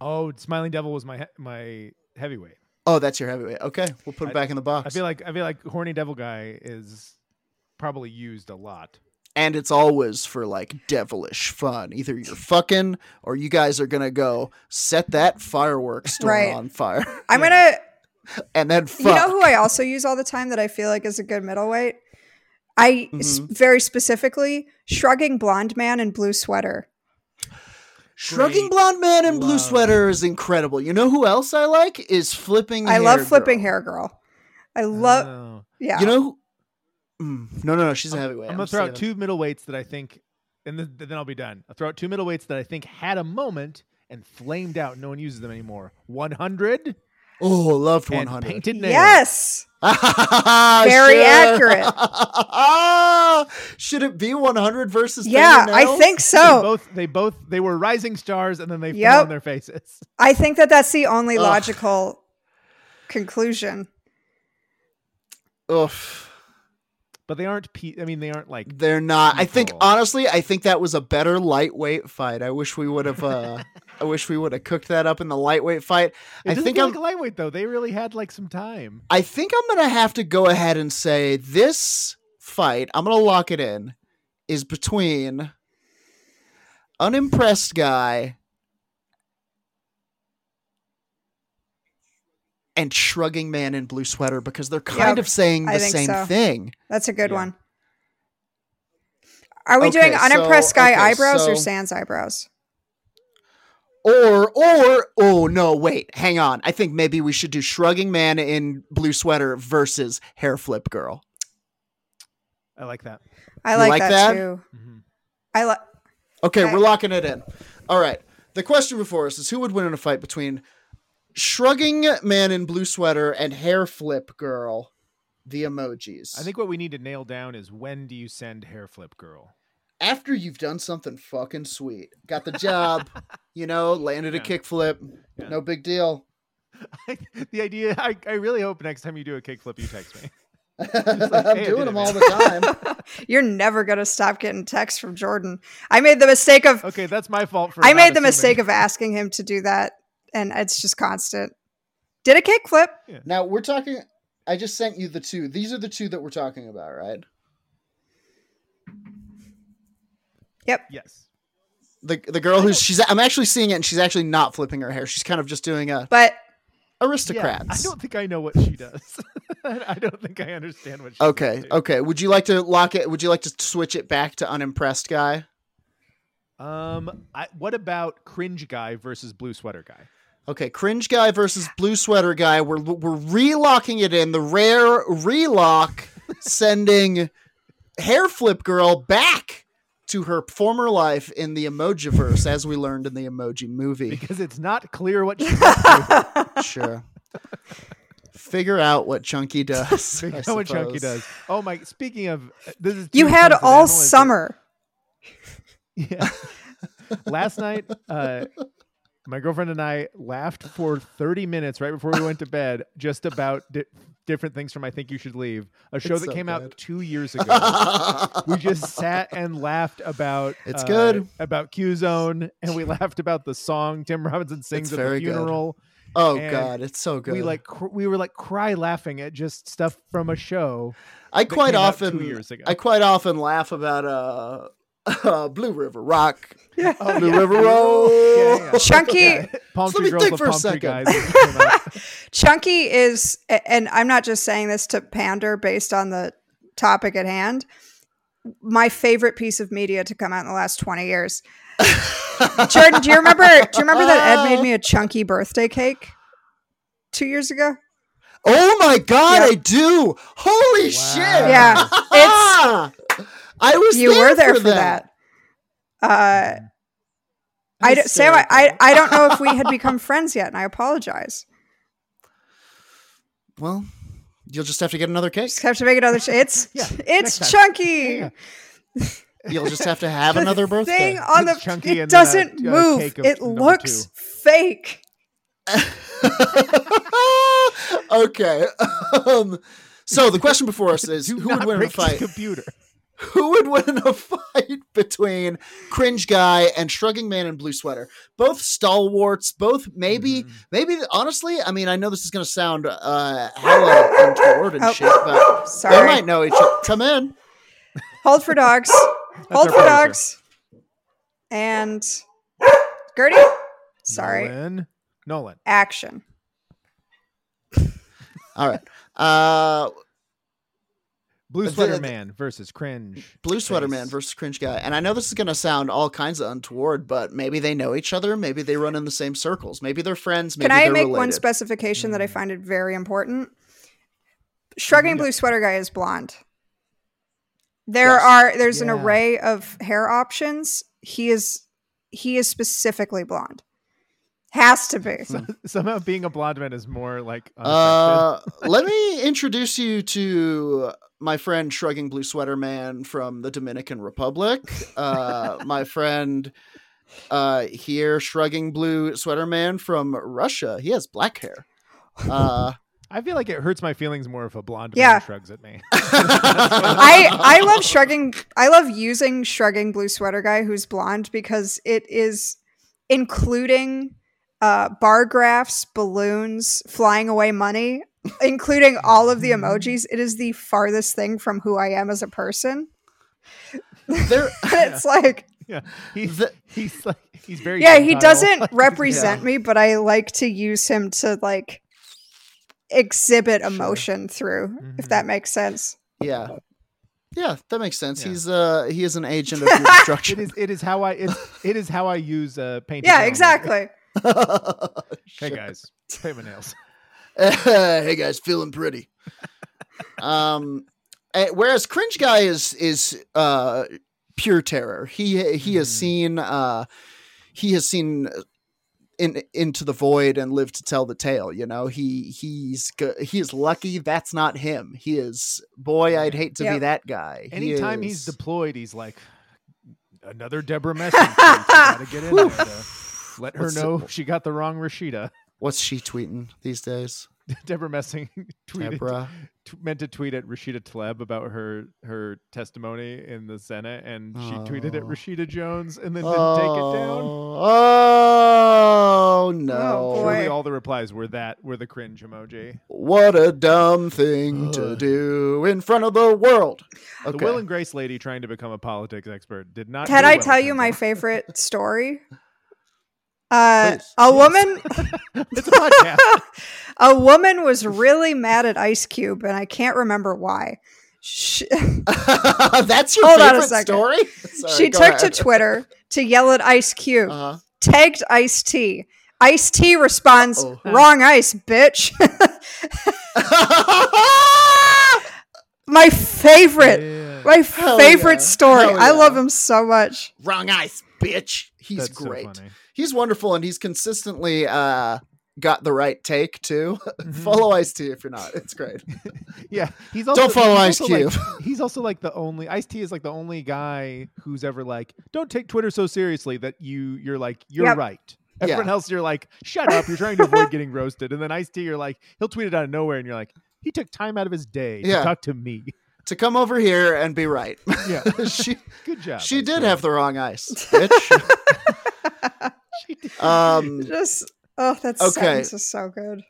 B: Oh, smiling devil was my he- my heavyweight.
A: Oh, that's your heavyweight. Okay, we'll put it
B: I-
A: back in the box.
B: I feel like I feel like horny devil guy is probably used a lot.
A: and it's always for like devilish fun. Either you're fucking or you guys are gonna go set that fireworks store
C: Right.
A: on fire
C: I'm
B: Yeah.
C: gonna.
A: and then fuck.
C: You know who I also use all the time that I feel like is a good middleweight. I s- very specifically shrugging blonde man in blue sweater.
A: Shrugging
B: Great
A: blonde man in blue
B: love.
A: sweater is incredible. You know who else I like is flipping.
C: I
A: hair
C: love flipping
A: girl.
C: hair girl. I love
B: Oh.
C: yeah.
A: You know. Who- Mm, no, no, no. She's a heavyweight.
B: I'm gonna throw out two middleweights that I think, and then, then I'll be done. I'll throw out two middleweights that I think had a moment and flamed out. No one uses them anymore. 100,
A: Oh, loved one
B: and
A: hundred.
B: painted nail.
C: yes.
A: Very
C: Very accurate.
A: Should it be one hundred versus? oh?
C: Yeah,
A: Painted
C: I
A: Nails?
C: think
B: They
C: so.
B: both they both they were rising stars, and then they fell
C: Yep.
B: on their faces.
C: I think that that's the only
A: Ugh.
C: logical conclusion.
A: Oof.
B: But they aren't. Pe- I mean, they aren't like.
A: They're not. I think
B: People.
A: honestly, I think that was a better lightweight fight. I wish we would have. Uh, I wish we would have cooked that up in the lightweight fight.
B: It
A: I
B: doesn't
A: think
B: feel
A: I'm
B: like a lightweight though. They really had like some time.
A: I think I'm gonna have to go ahead and say this fight. I'm gonna lock it in. Is between unimpressed guy and shrugging man in blue sweater because they're kind
C: Yep,
A: of saying the
C: I think
A: same
C: so.
A: thing.
C: That's a good
B: Yeah.
C: one. Are we
A: Okay,
C: doing
A: so-
C: unimpressed guy
A: okay,
C: eyebrows or
A: so-
C: sans eyebrows?
A: Or, or, oh no, wait, hang on. I think maybe we should do shrugging man in blue sweater versus hair flip girl.
B: I like that.
C: I
A: You
C: like,
A: like
C: that,
A: that?
C: too.
B: Mhm.
C: I like.
A: Okay,
C: Okay.
A: we're locking it in. All right. The question before us is who would win in a fight between shrugging man in blue sweater and hair flip girl, the emojis.
B: I think what we need to nail down is when do you send hair flip girl?
A: after you've done something fucking sweet, got the job, you know, landed a
B: Yeah.
A: kickflip,
B: Yeah.
A: no big deal.
B: the idea. I, I really hope next time you do a kickflip, you text me. like,
A: I'm
B: hey, I did
A: doing them
B: it, man.
A: all the time.
C: You're never gonna stop getting texts from Jordan. I made the mistake of
B: Okay, that's my fault for.
C: I
B: not
C: made the
B: assuming.
C: mistake of asking him to do that, and it's just constant. Did a kickflip?
A: Now we're talking. I just sent you the two. These are the two that we're talking about, right?
B: Yes.
A: The the girl who's she's. I'm actually seeing it, and she's actually not flipping her hair. She's kind of just doing a
C: But
B: Yeah,
A: aristocrats.
B: I don't think I know what she does. I don't think I understand what. She's
A: Okay.
B: up to.
A: Okay. Would you like to lock it? Would you like to switch it back to unimpressed guy?
B: Um. I, what about cringe guy versus blue sweater guy?
A: Okay. Cringe guy versus blue sweater guy. We're we're relocking it in the rare relock, sending hair flip girl back to her former life in the emojiverse, as we learned in the emoji movie.
B: Because it's not clear what she does.
A: Sure. Figure out what Chunky does. I
B: Figure out what Chunky
A: suppose.
B: does. Oh my! Speaking of this is
C: you
B: too
C: had
B: coincidental,
C: all
B: is it-
C: summer.
B: Yeah. Last night, uh, my girlfriend and I laughed for 30 minutes right before we went to bed, just about di- different things from I Think You Should Leave, a show
A: It's
B: that
A: so
B: came
A: good.
B: out two years ago. we just sat and laughed about
A: It's
B: uh,
A: good.
B: about Q Zone, and we laughed about the song Tim Robinson sings at
A: very
B: the
A: good.
B: funeral.
A: oh
B: and
A: God, it's so good.
B: We like cr- we were like cry laughing at just stuff from a show.
A: I quite
B: came out two
A: often
B: years ago.
A: I quite often laugh about uh, Blue River Rock,
C: Yeah.
A: Blue River Road.
B: Yeah, yeah, yeah.
C: Chunky
B: Palm
A: So let
B: tree
A: me
B: girls
A: think
B: love
A: for a
B: palm tree
A: second.
B: guys. that came out.
C: Chunky is, a- and I'm not just saying this to pander based on the topic at hand. My favorite piece of media to come out in the last 20 years. Jordan, do you remember? Do you remember that Ed made me a chunky birthday cake two years ago?
A: Oh my God,
C: Yep.
A: I do. Holy shit! Ah!
C: Yeah, it's
A: I was.
C: you
A: there
C: were there
A: for, that.
C: that. Uh, I don't,
A: That's
C: Sam, I, I
A: hysterical.
C: I don't know if we had become friends yet, and I apologize.
A: Well, you'll just have to get another cake.
C: Just have to make another. Sh- it's
B: Yeah, next
C: it's
B: time.
C: chunky.
B: Yeah.
A: You'll just have to have
C: The
A: another birthday.
C: Thing on
B: It's
C: the
B: chunky
C: it
B: and then a-
C: doesn't
B: a
C: move.
B: cake of
C: It
B: number
C: looks
B: two.
C: fake.
A: okay. Um, so the question before us is:
B: Do
A: Who
B: not
A: would win in a
B: break the
A: fight?
B: Computer.
A: who would win a fight between cringe guy and shrugging man in blue sweater both stalwarts both maybe
B: Mm-hmm.
A: maybe honestly i mean i know this is going to sound uh hella untoward and
C: Oh.
A: shit but they
C: Sorry.
A: might know each other come in
C: Hold for dogs. Hold
B: our
C: for
B: producer.
C: dogs. And Gertie. Sorry.
B: Nolan. Nolan.
C: Action.
A: all right uh
B: Blue
A: The-
B: Sweater
A: the-
B: Man versus Cringe.
A: blue sweater
B: Face.
A: man versus cringe guy and i know this is going to sound all kinds of untoward but maybe they know each other maybe they run in the same circles maybe they're friends maybe
C: Can I
A: they're
C: make
A: related. Mm.
C: one specification that I find it very important? Shrugging blue sweater guy is blonde. There
A: Yes.
C: are there's an
B: Yeah.
C: array of hair options. He is he is specifically blonde. Has to be.
B: Somehow being a blonde man is more like. unaffected.
A: Uh, let me introduce you to my friend shrugging blue sweater man from the Dominican Republic. Uh, my friend uh, here shrugging blue sweater man from Russia. He has black hair. Uh,
B: I feel like it hurts my feelings more if a blonde
C: Yeah.
B: man shrugs at me.
C: I I love shrugging. I love using shrugging blue sweater guy who's blonde because it is including uh, bar graphs, balloons, flying away money, including all of the emojis. It is the farthest thing from who I am as a person.
A: there,
C: It's like
B: yeah, he's
A: The-
B: he's like he's very.
C: yeah, he
B: gentile.
C: doesn't represent me, but I like to use him to like exhibit emotion through, if that makes sense.
A: Yeah. Yeah, that makes sense.
B: Yeah.
A: He's uh he is an agent of your destruction.
B: It is. It is how I. It's, it is how I use uh, paint.
C: Yeah, exactly.
B: Hey guys, paint my nails.
A: hey guys, feeling pretty. um, eh, whereas cringe guy is is uh pure terror. He he has
B: Mhm.
A: seen uh he has seen uh, in into the void and lived to tell the tale. You know he he's go- he is lucky that's not him. He is boy, I'd hate to be
C: Yep.
A: that guy. He
B: Anytime he's
A: is-
B: deployed, he's like another Deborah Messing. tweet. I Gotta get in there. to Let her
A: What's-
B: know she got the wrong Rashida.
A: what's she tweeting these days?
B: Deborah Messing tweeted,
A: Deborah.
B: t- meant to tweet at Rashida Tlaib about her her testimony in the Senate, and she tweeted at
A: Oh.
B: Rashida Jones, and then didn't take it down.
A: Oh, oh no!
C: Oh,
B: Surely
C: boy.
B: all the replies were that were the cringe emoji.
A: What a dumb thing to
B: Ugh.
A: do in front of the world.
B: The
A: Okay.
B: Will and Grace lady trying to become a politics expert did not.
C: Can
B: do
C: I
B: well,
C: tell you
B: turns
C: my
B: out.
C: favorite story? Uh,
A: Please.
C: a woman
B: it's a podcast.
C: a woman was really mad at Ice Cube, and I can't remember why. She,
A: That's your
C: Hold on a
A: favorite
C: second.
A: story?
C: she took to Twitter to yell at Ice Cube,
A: uh
C: tagged Ice T. Ice T responds,
A: Uh-oh.
C: "Wrong ice, bitch."
B: Uh-huh.
C: my favorite,
B: Yeah.
C: my
A: Hell
C: favorite
A: yeah.
C: story.
A: Hell
C: I love
A: yeah.
C: him so much.
A: Wrong ice, bitch. He's
B: That's so
A: great.
B: funny.
A: he's wonderful and he's consistently uh got the right take too.
B: Mm-hmm.
A: follow Ice T if you're not. It's great.
B: Yeah, he's also
A: follow
B: he's
A: Ice
B: also, like- he's also like the only Ice T is like the only guy who's ever like, don't take Twitter so seriously that you you're like you're
C: Yep.
B: right.
A: Yeah.
B: Everyone else, you're like, shut up. You're trying to avoid getting roasted, and then Ice T, you're like, he'll tweet it out of nowhere, and you're like, he took time out of his day
A: Yeah.
B: to talk to me.
A: to come over here and be right.
B: Yeah,
A: she
B: good job.
A: she
B: Ice
A: did
B: T.
A: have the wrong ice, bitch.
B: She did.
A: um
C: Just oh, that
A: Okay.
C: sentence is so good.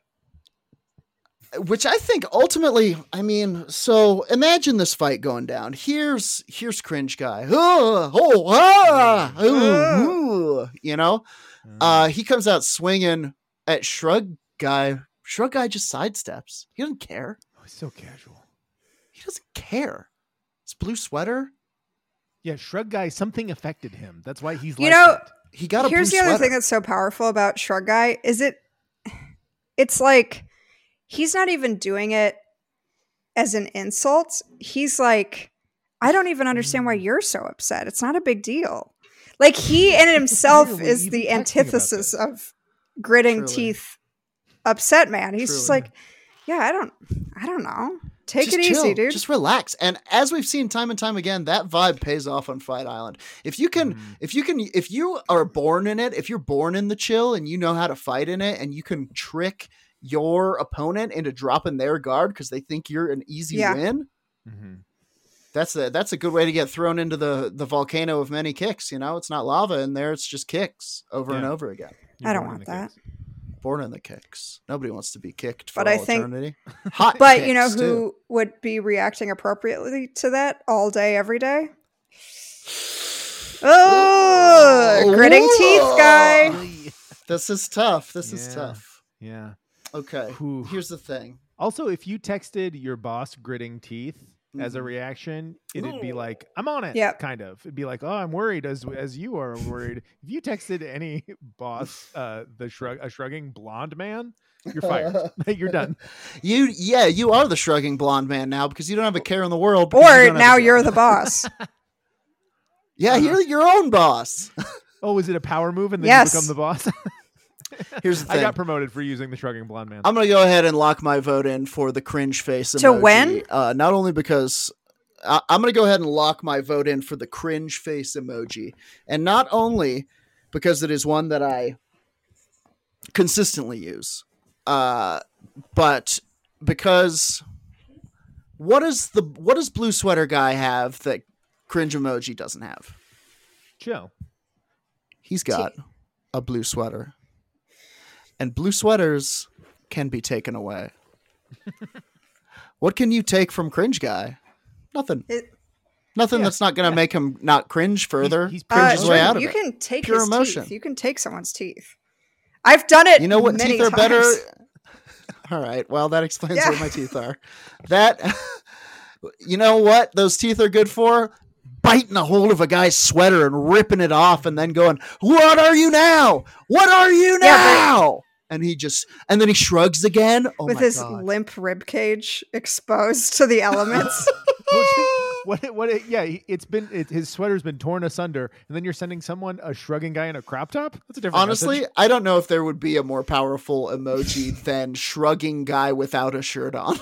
A: which I think ultimately, I mean, so imagine this fight going down. Here's here's cringe guy. Ugh, oh, ah, ooh, ooh, you know, uh, he comes out swinging at shrug guy. Shrug guy just sidesteps. He doesn't care.
B: Oh, he's so casual.
A: He doesn't care. His blue sweater.
B: Yeah, Shrug guy, something affected him. That's why he's
C: You
B: like
C: know-
B: that.
A: He got a
C: Here's the
A: blue
C: other
A: sweater.
C: thing that's so powerful about Shrug Guy is it it's like he's not even doing it as an insult. He's like, I don't even understand
A: Mm.
C: why you're so upset. It's not a big deal. Like he in
B: Why
C: himself
B: are we
C: is
B: even
C: the
B: talking about
C: antithesis
B: this?
C: of gritting
A: Truly.
C: teeth upset man. He's just
A: Truly.
C: like, Yeah, I don't I don't know. Take
A: Just
C: it easy,
A: chill.
C: dude.
A: Just relax. And as we've seen time and time again, that vibe pays off on Fight Island. If you can,
B: Mm-hmm.
A: if you can, if you are born in it, if you're born in the chill and you know how to fight in it, and you can trick your opponent into dropping their guard because they think you're an easy
C: Yeah.
A: win.
B: Mhm.
A: That's a that's a good way to get thrown into the the volcano of many kicks. You know, it's not lava in there; it's just kicks over and
B: Yeah.
A: over again.
B: You're
C: I don't
B: born in
C: want
B: the
C: that.
B: kicks.
A: Born in the kicks. Nobody wants to be kicked for
C: But
A: all
C: I think-
A: eternity. Hot
C: But you know
A: kicks,
C: who
A: too.
C: would be reacting appropriately to that all day, every day? Oh, gritting teeth guy.
A: This is tough. This is
B: Yeah.
A: tough.
B: Yeah.
A: Okay.
B: Oof.
A: Here's the thing.
B: Also, if you texted your boss gritting teeth as a
A: Mhm.
B: reaction, it'd be like, I'm on it.
C: Mm-hmm. Yep.
B: Kind of. It'd be like, oh, I'm worried as as you are worried. if you texted any boss uh the shrug a shrugging blonde man, you're fired. you're done.
A: You yeah, you are the shrugging blonde man now because you don't have a care in the world. because you
C: Or
A: don't have
C: now
A: a job.
C: you're the Uh-huh. boss.
A: Yeah, you're your own boss.
B: Oh, is it a power move and then
C: Yes.
B: you become the boss?
A: Here's the
B: I
A: thing.
B: got promoted for using the shrugging blonde man.
A: I'm gonna go ahead and lock my vote in for the cringe face.
C: To
A: emoji.
C: when?
A: Uh, not only because I- I'm gonna go ahead and lock my vote in for the cringe face emoji, and not only because it is one that I consistently use, uh, but because what is the what does blue sweater guy have that cringe emoji doesn't have?
B: Chill.
A: He's got a blue sweater, and blue sweaters can be taken away. what can you take from cringe guy? Nothing.
C: It-
A: Nothing that's not going to make him not cringe further.
B: he's
A: cringe
B: Uh,
A: his way
B: Jordan,
A: out of
C: you
A: it.
C: can take
A: Pure
C: his
A: emotion.
C: teeth. You can take someone's teeth. I've done it.
A: you know what
C: many
A: teeth are
C: times.
A: better? All right. Well, that explains
C: Yeah.
A: where my teeth are. That, you know what those teeth are good for? Biting a hold of a guy's sweater and ripping it off, and then going, "What are you now? What are you
C: Yeah, but-
A: now?" and he just, and then he shrugs again. Oh
C: with
A: my
C: his
A: god!
C: limp rib cage exposed to the elements.
B: What? It, what? It, yeah, he- it's been it, his sweater's been torn asunder, and then you're sending someone a shrugging guy in a crop top. That's a different.
A: Honestly,
B: message.
A: I don't know if there would be a more powerful emoji than shrugging guy without a shirt on.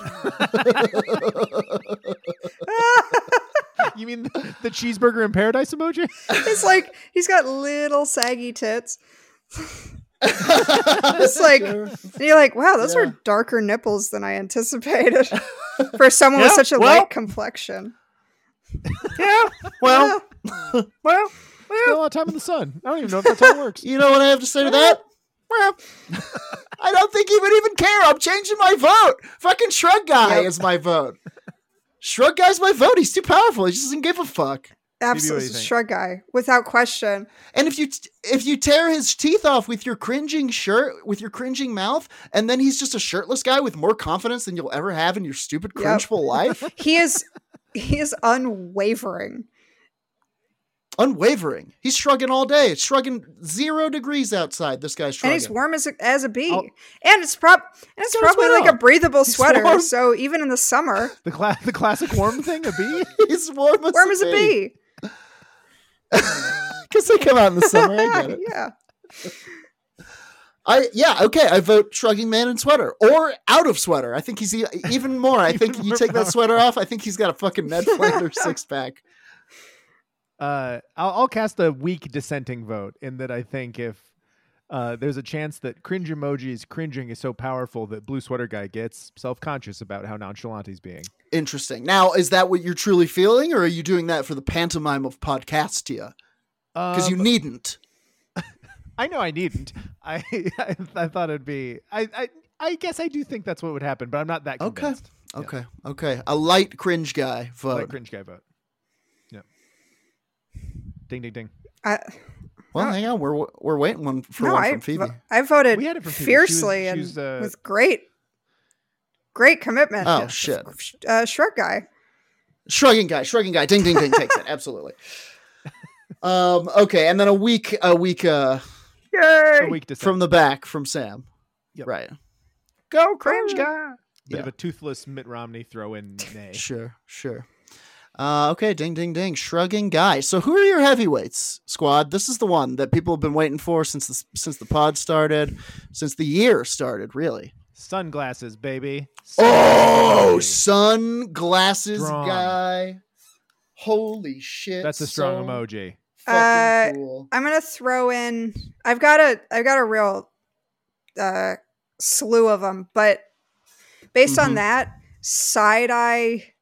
B: you mean the, the cheeseburger in paradise emoji?
C: it's like he's got little saggy tits. it's like and you're like, wow, those
A: Yeah.
C: are darker nipples than I anticipated for someone with
A: Yeah,
C: such a
A: well-
C: light complexion.
A: yeah. Well,
B: well, spend a lot of time in the sun. I don't even know if that's how it works.
A: You know what I have to say to that? Well, I don't think he would even care. I'm changing my vote. Fucking Shrug Guy
C: Yep.
A: is my vote. Shrug Guy's my vote. He's too powerful. He just doesn't give a fuck.
B: do you
C: Absolutely
B: think?
C: shrug guy, without question.
A: And if you t- if you tear his teeth off with your cringing shirt, with your cringing mouth, and then he's just a shirtless guy with more confidence than you'll ever have in your stupid
C: Yep.
A: cringeful life,
C: He is he is unwavering.
A: unwavering. He's shrugging all day. It's shrugging zero degrees outside. This guy's
C: And
A: shrugging.
C: he's warm as a, as a bee,
B: I'll-
C: and it's prob and it's
A: got a
C: probably
A: sweater
C: like a
A: on.
C: breathable
A: He's
C: sweater.
A: warm.
C: So even in the summer,
B: The cla- the classic warm thing, a bee.
A: He's warm as
C: warm as a bee.
A: Because they come out in the summer. I get it.
C: yeah,
A: I yeah okay. I vote shrugging man in sweater or out of sweater. I think he's e- even more. I think you
B: more
A: take that sweater off. I think he's got a fucking Ned Flanders six pack.
B: Uh, I'll, I'll cast a weak dissenting vote in that I think if uh, there's a chance that cringe emoji's cringing is so powerful that blue sweater guy gets self conscious about how nonchalant he's being.
A: Interesting. Now, is that what you're truly feeling, or are you doing that for the pantomime of podcastia? Because
C: Uh,
A: you
B: Um,
A: needn't.
B: I know I needn't. I I, I thought it'd be. I, I I guess I do think that's what would happen, but I'm not that
A: Okay.
B: convinced.
A: Okay. Okay. A light cringe guy vote.
B: Like cringe guy vote. Yeah. Ding ding ding.
C: I,
A: Well, hang on. We're we're waiting one for
C: no,
A: one
C: I,
A: from Phoebe.
C: vo- I voted
B: We had it from Phoebe. She was-
C: fiercely
B: she
C: and
B: was, uh,
C: with great, great commitment.
A: Oh shit!
C: Uh, Shrek guy.
A: Shrugging guy, shrugging guy, ding ding ding takes it absolutely. Um. Okay, and then a week, a week. Uh.
B: A weak dissent.
A: from the back from Sam.
B: Yep.
A: Right. Uh,
B: go cringe guy. Bit of
A: Yeah.
B: a toothless Mitt Romney throw in nay.
A: Sure. Sure. Uh, okay, ding, ding, ding. Shrugging guy. So, who are your heavyweights, squad? This is the one that people have been waiting for since the since the pod started, since the year started, really.
B: Sunglasses, baby.
A: Oh,
B: Sunglasses,
A: sunglasses
B: Strong.
A: guy. Holy shit!
B: baby. that's a strong
A: so
C: uh,
B: emoji.
A: fucking cool.
C: I'm gonna throw in. I've got a. I've got a real uh, slew of them, but based on
A: Mhm.
C: that side eye,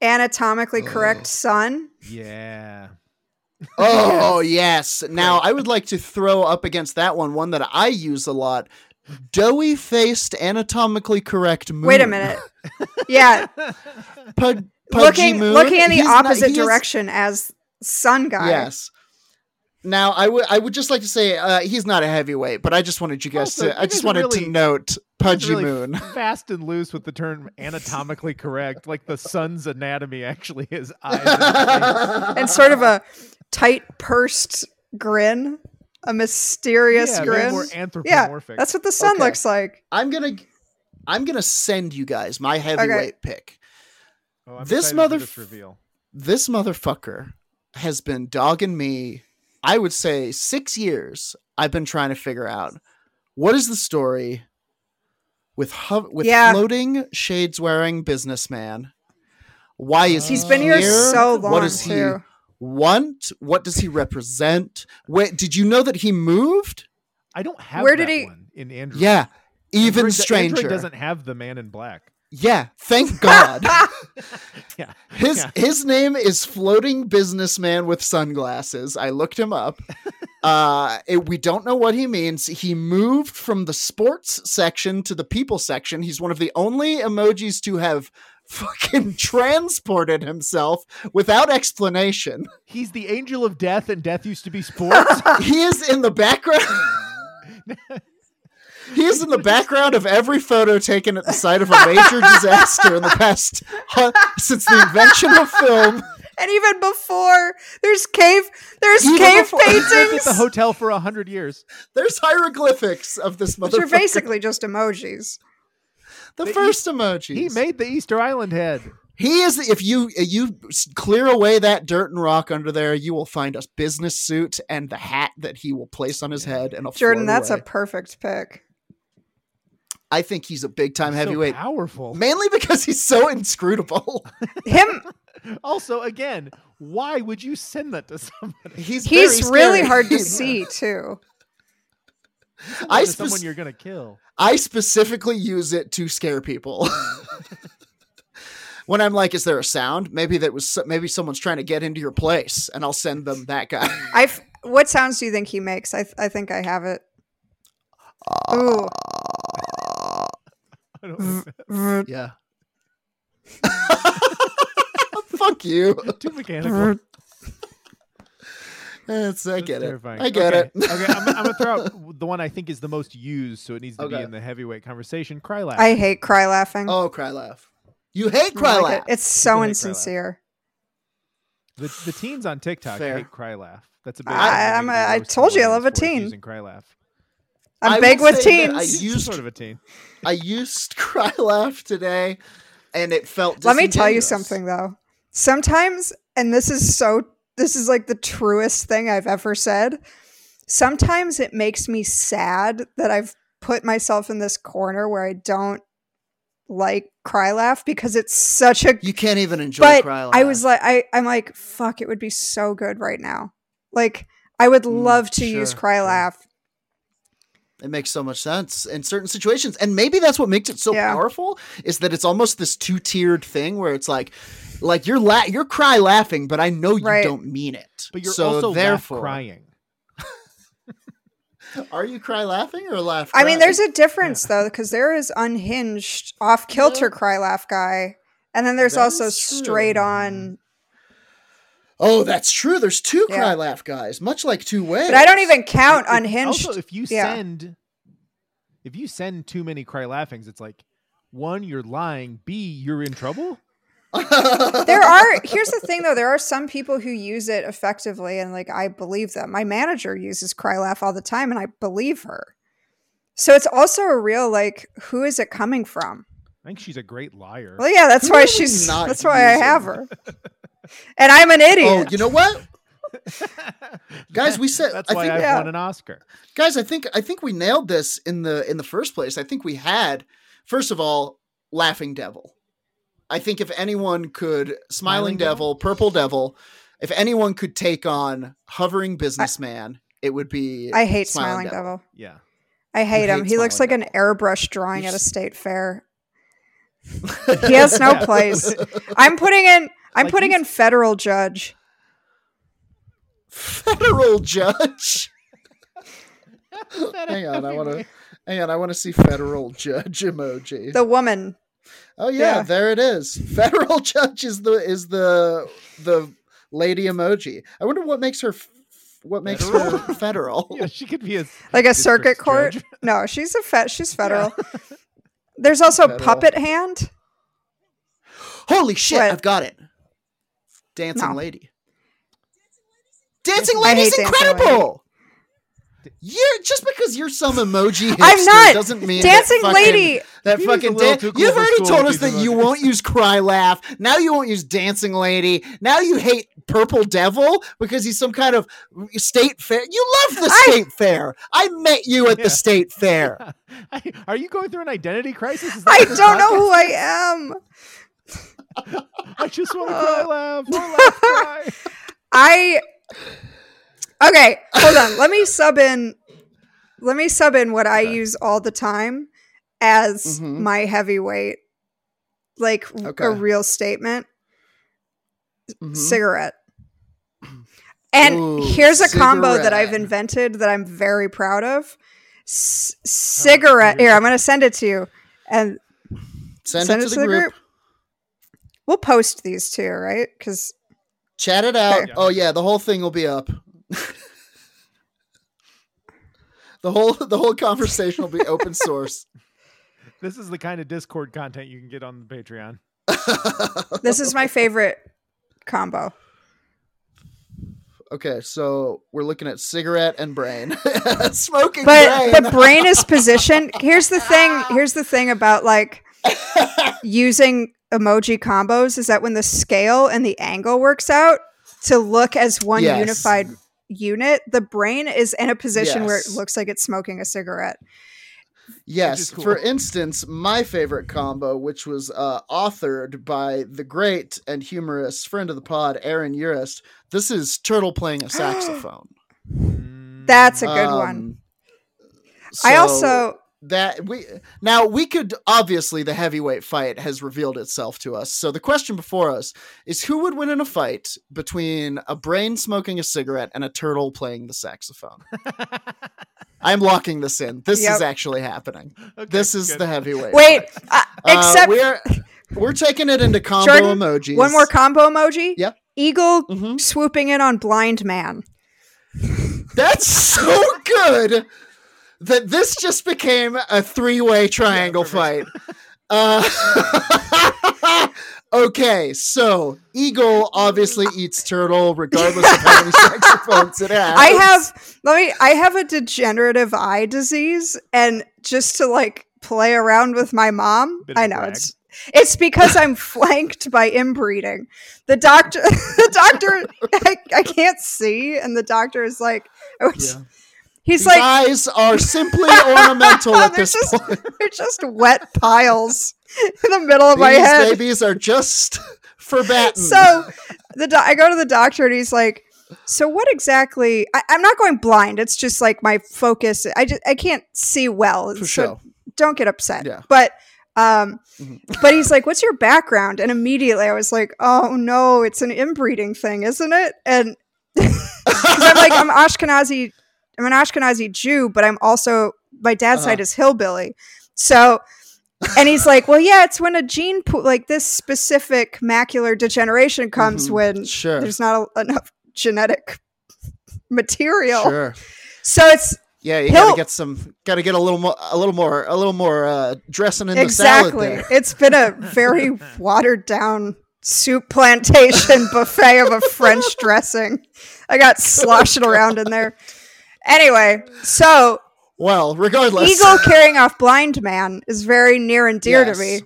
C: anatomically correct sun.
B: Yeah.
A: Oh yes. Now I would like to throw up against that one one that I use a lot. Doughy faced, anatomically correct moon.
C: Wait a minute. yeah,
A: Pud- pudgy
C: looking
A: moon.
C: looking in the
A: He's not-
C: opposite
A: he is-
C: direction as sun guy.
A: yes. Now I would I would just like to say uh, he's not a heavyweight, but I just wanted you guys
B: Also,
A: to
B: you
A: I just
B: guys
A: wanted
B: really-
A: to note pudgy
B: really
A: moon.
B: Fast and loose with the term anatomically correct, like the sun's anatomy actually is eyes. and face.
C: and sort of a tight pursed grin, a mysterious
B: yeah, very
C: grin.
B: more
C: yeah,
B: anthropomorphic.
C: that's what the sun
A: Okay.
C: looks like.
A: I'm gonna I'm gonna send you guys my heavyweight pick.
B: Oh, I'm
A: this
B: excited for
A: mother-
B: this reveal.
A: this motherfucker has been dogging me i would say six years i've been trying to figure out what is the story with hov with
C: Yeah.
A: floating shades wearing businessman why is
C: He's
A: he
C: been here
A: here?
C: so long
A: what does he
C: too.
A: want what does he represent wait did you know that he moved
B: I don't have
C: Where did
B: that
C: he-
B: one in Android.
A: yeah even
B: Android,
A: stranger
B: Android doesn't have the man in black.
A: yeah thank god
B: Yeah.
A: His
B: Yeah.
A: his name is floating businessman with sunglasses. I looked him up. Uh, it- we don't know what he means. He moved from the sports section to the people section. He's one of the only emojis to have fucking transported himself without explanation.
B: He's the angel of death, and death used to be sports.
A: he is in the background. He's in the background of every photo taken at the site of a major disaster in the past hu- since the invention of film.
C: And even before there's cave there's
A: Even
C: cave
A: before-
B: He's lived at
C: paintings
B: the hotel for a hundred years.
A: There's hieroglyphics of this
C: which are
A: motherfucker.
C: basically just emojis.
A: the
B: he-
A: first emoji.
B: He made the Easter Island head.
A: He is. If you you s- clear away that dirt and rock under there, you will find a business suit and the hat that he will place on his head. And a
C: Jordan, that's a perfect pick.
A: I think he's a big time
B: So
A: heavyweight,
B: powerful.
A: mainly because he's so inscrutable.
C: Him
B: Also, again, why would you send that to somebody?
A: he's
C: he's
A: very
C: really
A: scary.
C: hard to see too.
A: I
B: to
A: spec-
B: someone you're gonna kill.
A: I specifically use it to scare people. when I'm like, is there a sound? Maybe that was maybe someone's trying to get into your place, and I'll send them that guy.
C: I f- what sounds do you think he makes? I th- I think I have it.
A: Uh,
C: Ooh,
B: I don't
C: vroom,
B: yeah.
A: Fuck you.
B: Too mechanical.
A: That's, I
B: That's
A: get it.
B: terrifying.
A: I get
B: Okay.
A: it.
B: okay, I'm, I'm gonna throw out the one I think is the most used, so it needs to be
A: Okay.
B: in the heavyweight conversation. Cry laugh.
C: I hate cry laughing.
A: Oh, cry laugh. You hate
C: I
A: cry
C: don't like
A: laugh.
C: it. It's
B: Really
C: so
B: hate cry laugh.
C: insincere.
B: The, the teens on TikTok
A: Fair.
B: hate cry laugh. That's a big.
C: I- I'm a- I told you I love a teen.
B: Using cry laugh.
C: I'm
A: I will
C: big with
A: say that I
C: teens.
A: u- Used-
B: sort of a teen.
A: I used cry laugh today, and it felt.
C: Let me tell you
A: disingenuous.
C: something though. Sometimes, and this is so this is like the truest thing I've ever said. Sometimes it makes me sad that I've put myself in this corner where I don't like cry laugh because it's such a
A: You can't even enjoy
C: but
A: cry laugh.
C: I was like, I, I'm like, fuck, it would be so good right now. Like, I would
A: Mm,
C: love to use
A: sure,
C: Cry
A: sure.
C: Laugh.
A: It makes so much sense in certain situations. And maybe that's what makes it so
C: Yeah.
A: powerful is that it's almost this two-tiered thing where it's like like you're la- you're cry laughing, but I know you
C: Right.
A: don't mean it.
B: But you're
A: so
B: also
A: therefore,
B: laugh crying.
A: Are you cry laughing or laugh?
C: I mean, there's a difference though, because there is unhinged, off kilter Cry Laugh guy. And then there's
A: That
C: also
A: is true.
C: straight on.
A: Oh, that's true. There's two
C: Yeah.
A: cry laugh guys, much like two ways.
C: But I don't even count
B: If-
C: unhinged.
B: Also, if you
C: yeah.
B: send, if you send too many cry laughings, it's like one, you're lying. B, you're in trouble.
C: there are, here's the thing though, there are some people who use it effectively and like I believe them. My manager uses Cry Laugh all the time and I believe her. So it's also a real like, who is it coming from?
B: I think she's a great liar.
C: Well, yeah, that's
A: Who
C: why
A: would
C: she's.
A: not
C: That's why I
A: use
C: have
A: it?
C: her. And I'm an
A: Oh,
C: idiot.
A: you know what? Guys, we said-
B: that's
A: I
B: why
A: think-
B: I've
C: Yeah.
B: won an Oscar.
A: guys i think i think we nailed this in the in the first place i think we had first of all laughing devil i think if anyone could smiling,
B: Smiling Devil?
A: devil, purple devil if anyone could take on hovering businessman it would be
C: I hate Smiling, Devil.
B: Yeah,
C: I hate
A: hate
C: him. he looks like
A: Smiling
C: an airbrush drawing
A: You
C: at a
A: s-
C: state fair. He has no
B: Yeah.
C: place. I'm putting in. I'm
B: Like,
C: putting
B: he's-
C: in federal judge.
A: federal judge hang on i want to hang on i want to see federal judge emoji
C: The woman.
A: oh yeah,
C: yeah.
A: there it is federal judge is the is the the lady emoji i wonder what makes her f- what makes her federal
B: Yeah, she could be a s-
C: Like a
B: district
C: circuit court.
B: judge.
C: No, she's a fe- she's federal. There's also
A: Federal.
C: puppet hand.
A: Holy shit,
C: What?
A: I've got it. Dancing
C: No.
A: Lady. Dancing
C: I hate
A: Lady's
C: Dancing
A: incredible. You're just because you're some emoji hipster
C: I'm not.
A: doesn't mean
C: Dancing
A: that fucking,
C: lady.
A: That
B: He was a
A: fucking
B: little
A: dan-
B: too cool
A: You've
B: for
A: already
B: school
A: told
B: with
A: us
B: these
A: that you
B: emojis.
A: won't use cry laugh. Now you won't use dancing lady. Now you hate purple devil because he's some kind of state fair. You love the
C: I-
A: state fair. I met you at
B: Yeah.
A: the state fair.
B: I- Are you going through an identity crisis? Is that
C: I
B: what this
C: don't know
B: podcast-
C: who I am.
B: I just want to cry, laugh, more laugh, cry.
C: I okay. Hold on. Let me sub in. Let me sub in what I use all the time as
A: Mhm.
C: my heavyweight, like
A: Okay.
C: a real statement.
A: Mhm.
C: Cigarette. And
A: Ooh,
C: here's a combo that I've
A: cigarette. Oh,
C: invented that I'm very proud of. C- cigarette. Here, I'm going to send it to you, and
A: Send, it to the, group.
C: We'll post these too, right? Because
A: Chat it out.
B: Okay.
A: Oh yeah, the whole thing will be up. The whole the whole conversation will be open source.
B: This is the kind of Discord content you can get on the Patreon.
C: This is my favorite combo.
A: Okay, so we're looking at cigarette and brain. Smoking
C: But
A: brain.
C: but brain is positioned. Here's the thing. Here's the thing about like using emoji combos is that when the scale and the angle works out to look as one
A: Yes.
C: unified unit, the brain is in a position where it
A: Yes.
C: looks like it's smoking a cigarette.
A: yes,
B: is cool.
A: for instance, my favorite combo, which was uh, authored by the great and humorous friend of the pod, Aaron Urist. This is turtle playing a saxophone.
C: That's a good one.
A: Um,
C: I
A: so-
C: also
A: that we now we could obviously the heavyweight fight has revealed itself to us. So the question before us is who would win in a fight between a brain smoking a cigarette and a turtle playing the saxophone? I'm locking this in. This
C: Yep.
A: is actually happening.
B: Mm. Okay,
A: this is
B: good.
A: the heavyweight.
C: wait.
A: fight.
C: Uh,
A: Uh,
C: except
A: we're we're taking it into combo
C: Jordan,
A: emojis.
C: one more combo emoji.
A: Yep.
C: Eagle
A: Mhm.
C: swooping in on blind man.
A: That's so good that this just became a three way triangle fight. Uh, okay, so Eagle obviously eats turtle regardless of how many saxophones it has.
C: I have let me I have a degenerative eye disease and just to like play around with my mom,
B: Bit of
C: I
B: a
C: know
B: brag.
C: it's it's because I'm flanked by inbreeding. The doctor the doctor I, I can't see and the doctor is like I was-
A: Yeah.
C: he's
A: These
C: like
A: eyes are simply ornamental at
C: they're
A: this
C: just
A: point.
C: they're just wet piles in the middle of my
A: These
C: head.
A: babies are just forbidden.
C: so the do- I go to the doctor and he's like, "So what exactly?" I- I'm not going blind. It's just like my focus. I just I can't see well.
A: For
C: so
A: sure.
C: don't get upset.
A: Yeah. Mm-hmm.
C: But um, but he's like, "What's your background?" And immediately I was like, "Oh no, it's an inbreeding thing, isn't it?" And 'cause I'm like, I'm Ashkenazi. I'm an Ashkenazi Jew, but I'm also my dad's
A: Uh-huh.
C: side is hillbilly. So and he's like, "Well, yeah, it's when a gene pool, like this specific macular degeneration comes
A: Mhm.
C: when
A: Sure.
C: there's not a, enough genetic material."
A: sure.
C: So it's
A: Yeah, you
C: He'll-
A: gotta get some gotta get a little more a little more a little more uh dressing in the salad
C: exactly.
A: there.
C: It's been a very watered down soup plantation buffet of a French dressing. I got
A: Oh,
C: sloshing around in there. Anyway, so
A: Well, regardless.
C: Eagle carrying off blind man is very near and dear
A: Yes.
C: to me.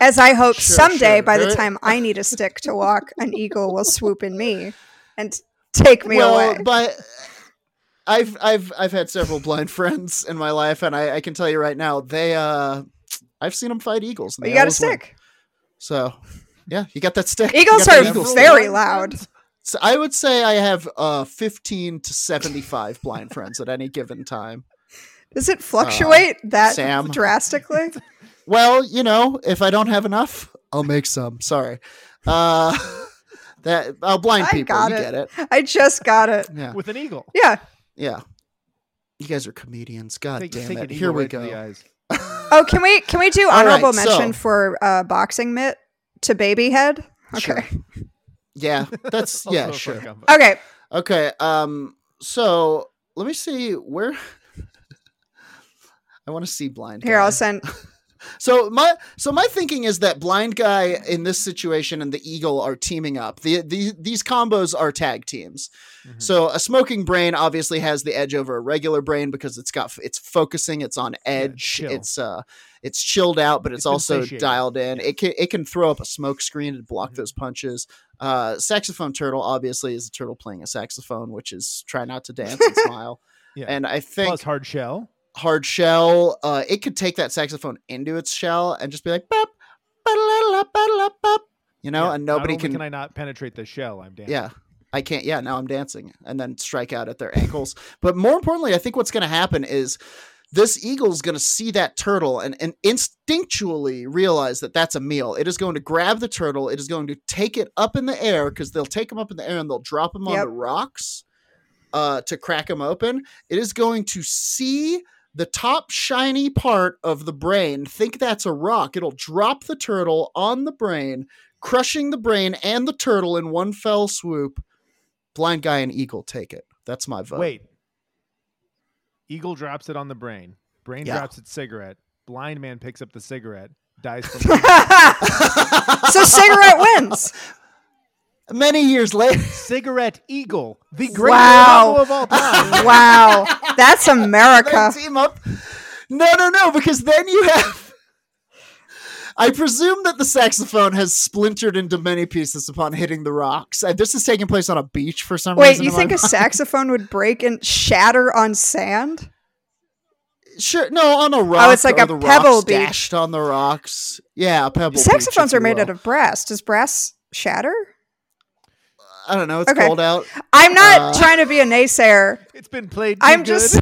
C: As I hope
A: Sure,
C: someday,
A: sure.
C: by the
A: Very-
C: time I need a stick to walk, an eagle will swoop in me and take me away.
A: but I've I've I've had several blind friends in my life, and I, I can tell you right now, they uh, I've seen them fight eagles. and
C: But you
A: they
C: got a
A: always win.
C: stick.
A: so yeah, you got that stick. You
C: Eagles
A: got
C: are
A: that eagle stick.
C: very loud.
A: So I would say I have uh fifteen to seventy five blind friends at any given time.
C: Does it fluctuate that
A: Sam.
C: drastically?
A: Well, you know, if I don't have enough, I'll make some. Sorry, uh, that I'll blind
C: I
A: people.
C: got
A: you
C: it.
A: get it?
C: I just got it.
A: Yeah,
B: With an eagle.
C: Yeah.
A: yeah. You guys are comedians. God
B: Take-
A: damn
B: take
A: it!
B: an
A: Here
B: eagle
A: we
B: right to the
A: go.
B: eyes.
C: Oh, can we can we do
A: All right,
C: honorable mention
A: so-
C: for uh, boxing mitt to baby head? Okay.
A: Sure. Yeah, that's
B: Also a
A: yeah,
B: fun
A: sure. Uh,
B: combo.
C: Okay.
A: Okay. Um. So let me see where. I want to see blind.
C: Here
A: guy.
C: I'll send
A: So my so my thinking is that blind guy in this situation and the eagle are teaming up. The, the these combos are tag teams.
B: Mm-hmm.
A: So a smoking brain obviously has the edge over a regular brain because it's got it's focusing, it's on edge,
B: chill.
A: it's uh it's chilled out, but it's,
B: It's been
A: also
B: satiated.
A: dialed in. It can it can throw up a smoke screen to block
B: Mm-hmm.
A: those punches. Uh, saxophone turtle obviously is a turtle playing a saxophone, which is try not to dance and smile.
B: Yeah.
A: And I think
B: Plus hard shell.
A: hard shell. Uh, it could take that saxophone into its shell and just be like, bop, ba-da-da-da, ba-da-da-bop, you know,
B: Yeah,
A: and
B: not
A: nobody
B: only
A: can,
B: I not penetrate the shell? I'm damn.
A: yeah, I can't, yeah, now I'm dancing and then strike out at their ankles. But more importantly, I think what's going to happen is this eagle's going to see that turtle and, and instinctually realize that that's a meal. It is going to grab the turtle, it is going to take it up in the air because they'll take him up in the air and they'll drop him on
C: Yep.
A: the rocks uh, to crack them open. It is going to see the top shiny part of the brain, think that's a rock. It'll drop the turtle on the brain, crushing the brain and the turtle in one fell swoop. Blind guy and eagle take it. That's my vote.
B: Wait. Eagle drops it on the brain. Brain
A: Yeah.
B: drops its cigarette. Blind man picks up the cigarette. Dies from
C: so cigarette wins.
A: Many years later,
B: cigarette eagle. The greatest
C: Wow.
B: novel of all time.
C: Wow, that's America.
A: they team up. No, no, no, because then you have. I presume that the saxophone has splintered into many pieces upon hitting the rocks. Uh, This is taking place on a beach for some
C: Wait,
A: reason.
C: you
A: in my
C: think
A: mind.
C: a saxophone would break and shatter on sand?
A: Sure, no, on a rock.
C: Oh, it's like
A: or
C: a
A: the
C: pebble
A: rocks
C: beach.
A: dashed on the rocks. Yeah, a pebble. beach, if
C: Saxophones are
A: you
C: made
A: will.
C: out of brass. Does brass shatter?
A: I don't know. It's
C: Okay.
A: cold out.
C: I'm not
A: Uh,
C: trying to be a naysayer.
B: It's been played. too
C: I'm
B: good.
C: just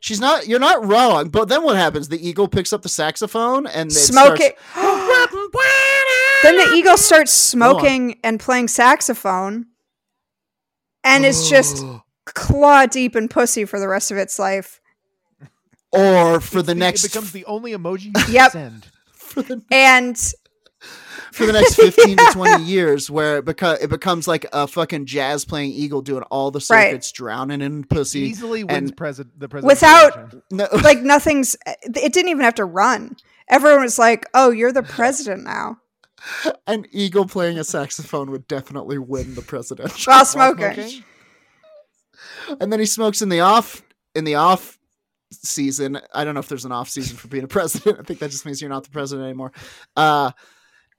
A: She's not. You're not wrong. But then what happens? The eagle picks up the saxophone and it
C: smoking.
A: starts-
C: then the eagle starts smoking and playing saxophone, and it's just claw deep in pussy for the rest of its life.
A: or for
B: It's
A: the, next
B: It becomes the only emoji you can
C: Yep.
B: send.
C: And
A: for the next 15 to 20 years where it, beco- it becomes like a fucking jazz playing eagle doing all the
C: Right.
A: circuits drowning in pussy
B: Easily wins
A: and-
B: president. The president
C: Without-
A: no,
C: like nothing's. It didn't even have to run. Everyone was like, "Oh, you're the president now."
A: an eagle playing a saxophone would definitely win the presidential
C: While smoking.
A: and then he smokes in the off in the off season i don't know if there's an off season for being a president i think that just means you're not the president anymore uh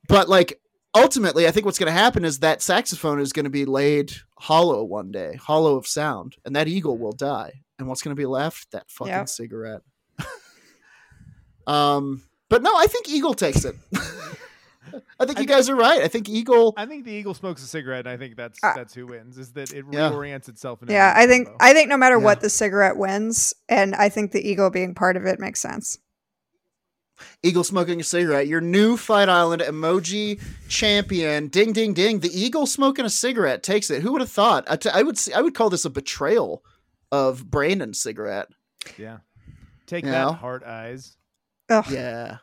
A: but like ultimately i think what's going to happen is that saxophone is going to be laid hollow one day hollow of sound and that eagle will die and what's going to be left that fucking
C: Yep.
A: cigarette um but no i think eagle takes it i think you guys are right i think eagle
B: I think the eagle smokes a cigarette, and I think that's
C: Uh,
B: that's who wins. Is that it
A: Yeah.
B: reorients itself? In a
C: Yeah,
B: new
C: I think
B: combo.
C: I think no matter
A: Yeah.
C: what, the cigarette wins, and I think the eagle being part of it makes sense.
A: Eagle smoking a cigarette. Your new Fight Island emoji champion. Ding, ding, ding. The eagle smoking a cigarette takes it. Who would have thought? I, t- I would. See, I would call this a betrayal of Brandon's cigarette.
B: yeah. Take
A: Yeah.
B: that, heart eyes.
C: Ugh,
A: Yeah.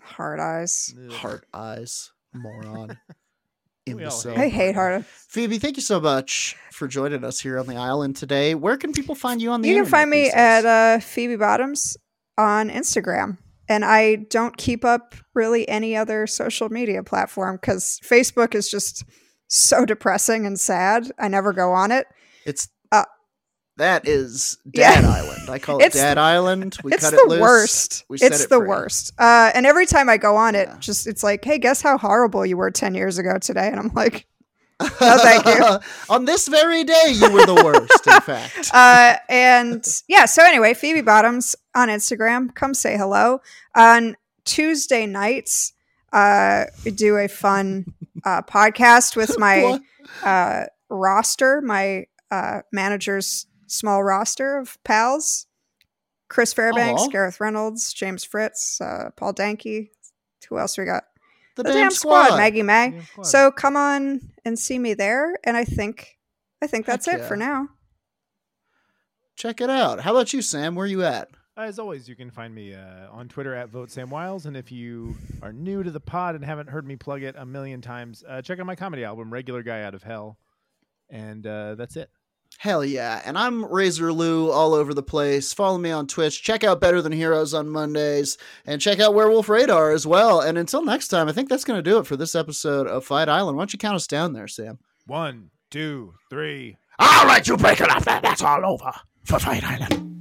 C: hard eyes.
B: Ugh.
A: Heart eyes, moron,
B: all
A: imbecile.
C: I hate hard.
A: Phoebe, thank you so much for joining us here on the island today. Where can people find you on the?
C: You can
A: internet
C: find me
A: these
C: at
A: days?
C: uh, Phoebe Bottoms on Instagram, and I don't keep up really any other social media platform because Facebook is just so depressing and sad. I never go on it.
A: it's.
C: uh,
A: that is
C: Yeah.
A: Dad Island. I call it
C: It's-
A: Dad Island. We
C: it's
A: cut
C: the
A: it loose.
C: worst.
A: We set
C: it's
A: it
C: the
A: free.
C: worst. Uh, and every time I go on it,
A: Yeah.
C: just it's like, hey, guess how horrible you were ten years ago today? And I'm like, no, thank you.
A: On this very day, you were the worst, in fact.
C: uh, and yeah, so anyway, Phoebe Bottoms on Instagram. Come say hello. On Tuesday nights, uh, we do a fun uh, podcast with my
A: What?
C: uh, roster, my uh, manager's small roster of pals Chris Fairbanks,
A: Aw.
C: Gareth Reynolds, James Fritz, uh, Paul Danke. Who else we got?
A: The,
C: The, damn squad, Maggie May.
B: Damn squad.
C: So come on and see me there. And I think. I think
A: Heck
C: that's it
A: yeah.
C: for now.
A: Check it out. How about you, Sam? Where you at?
B: As always, you can find me uh, on Twitter at Vote Sam Wiles. And if you are new to the pod and haven't heard me plug it a million times, uh, check out my comedy album, Regular Guy Out of Hell. And uh, that's it.
A: Hell yeah. And I'm Razor Lou all over the place. Follow me on Twitch. Check out Better Than Heroes on Mondays. And check out Werewolf Radar as well. And until next time, I think that's going to do it for this episode of Fight Island. Why don't you count us down there, Sam?
B: One, two, three.
A: All right, you break it up. That's all over for Fight Island.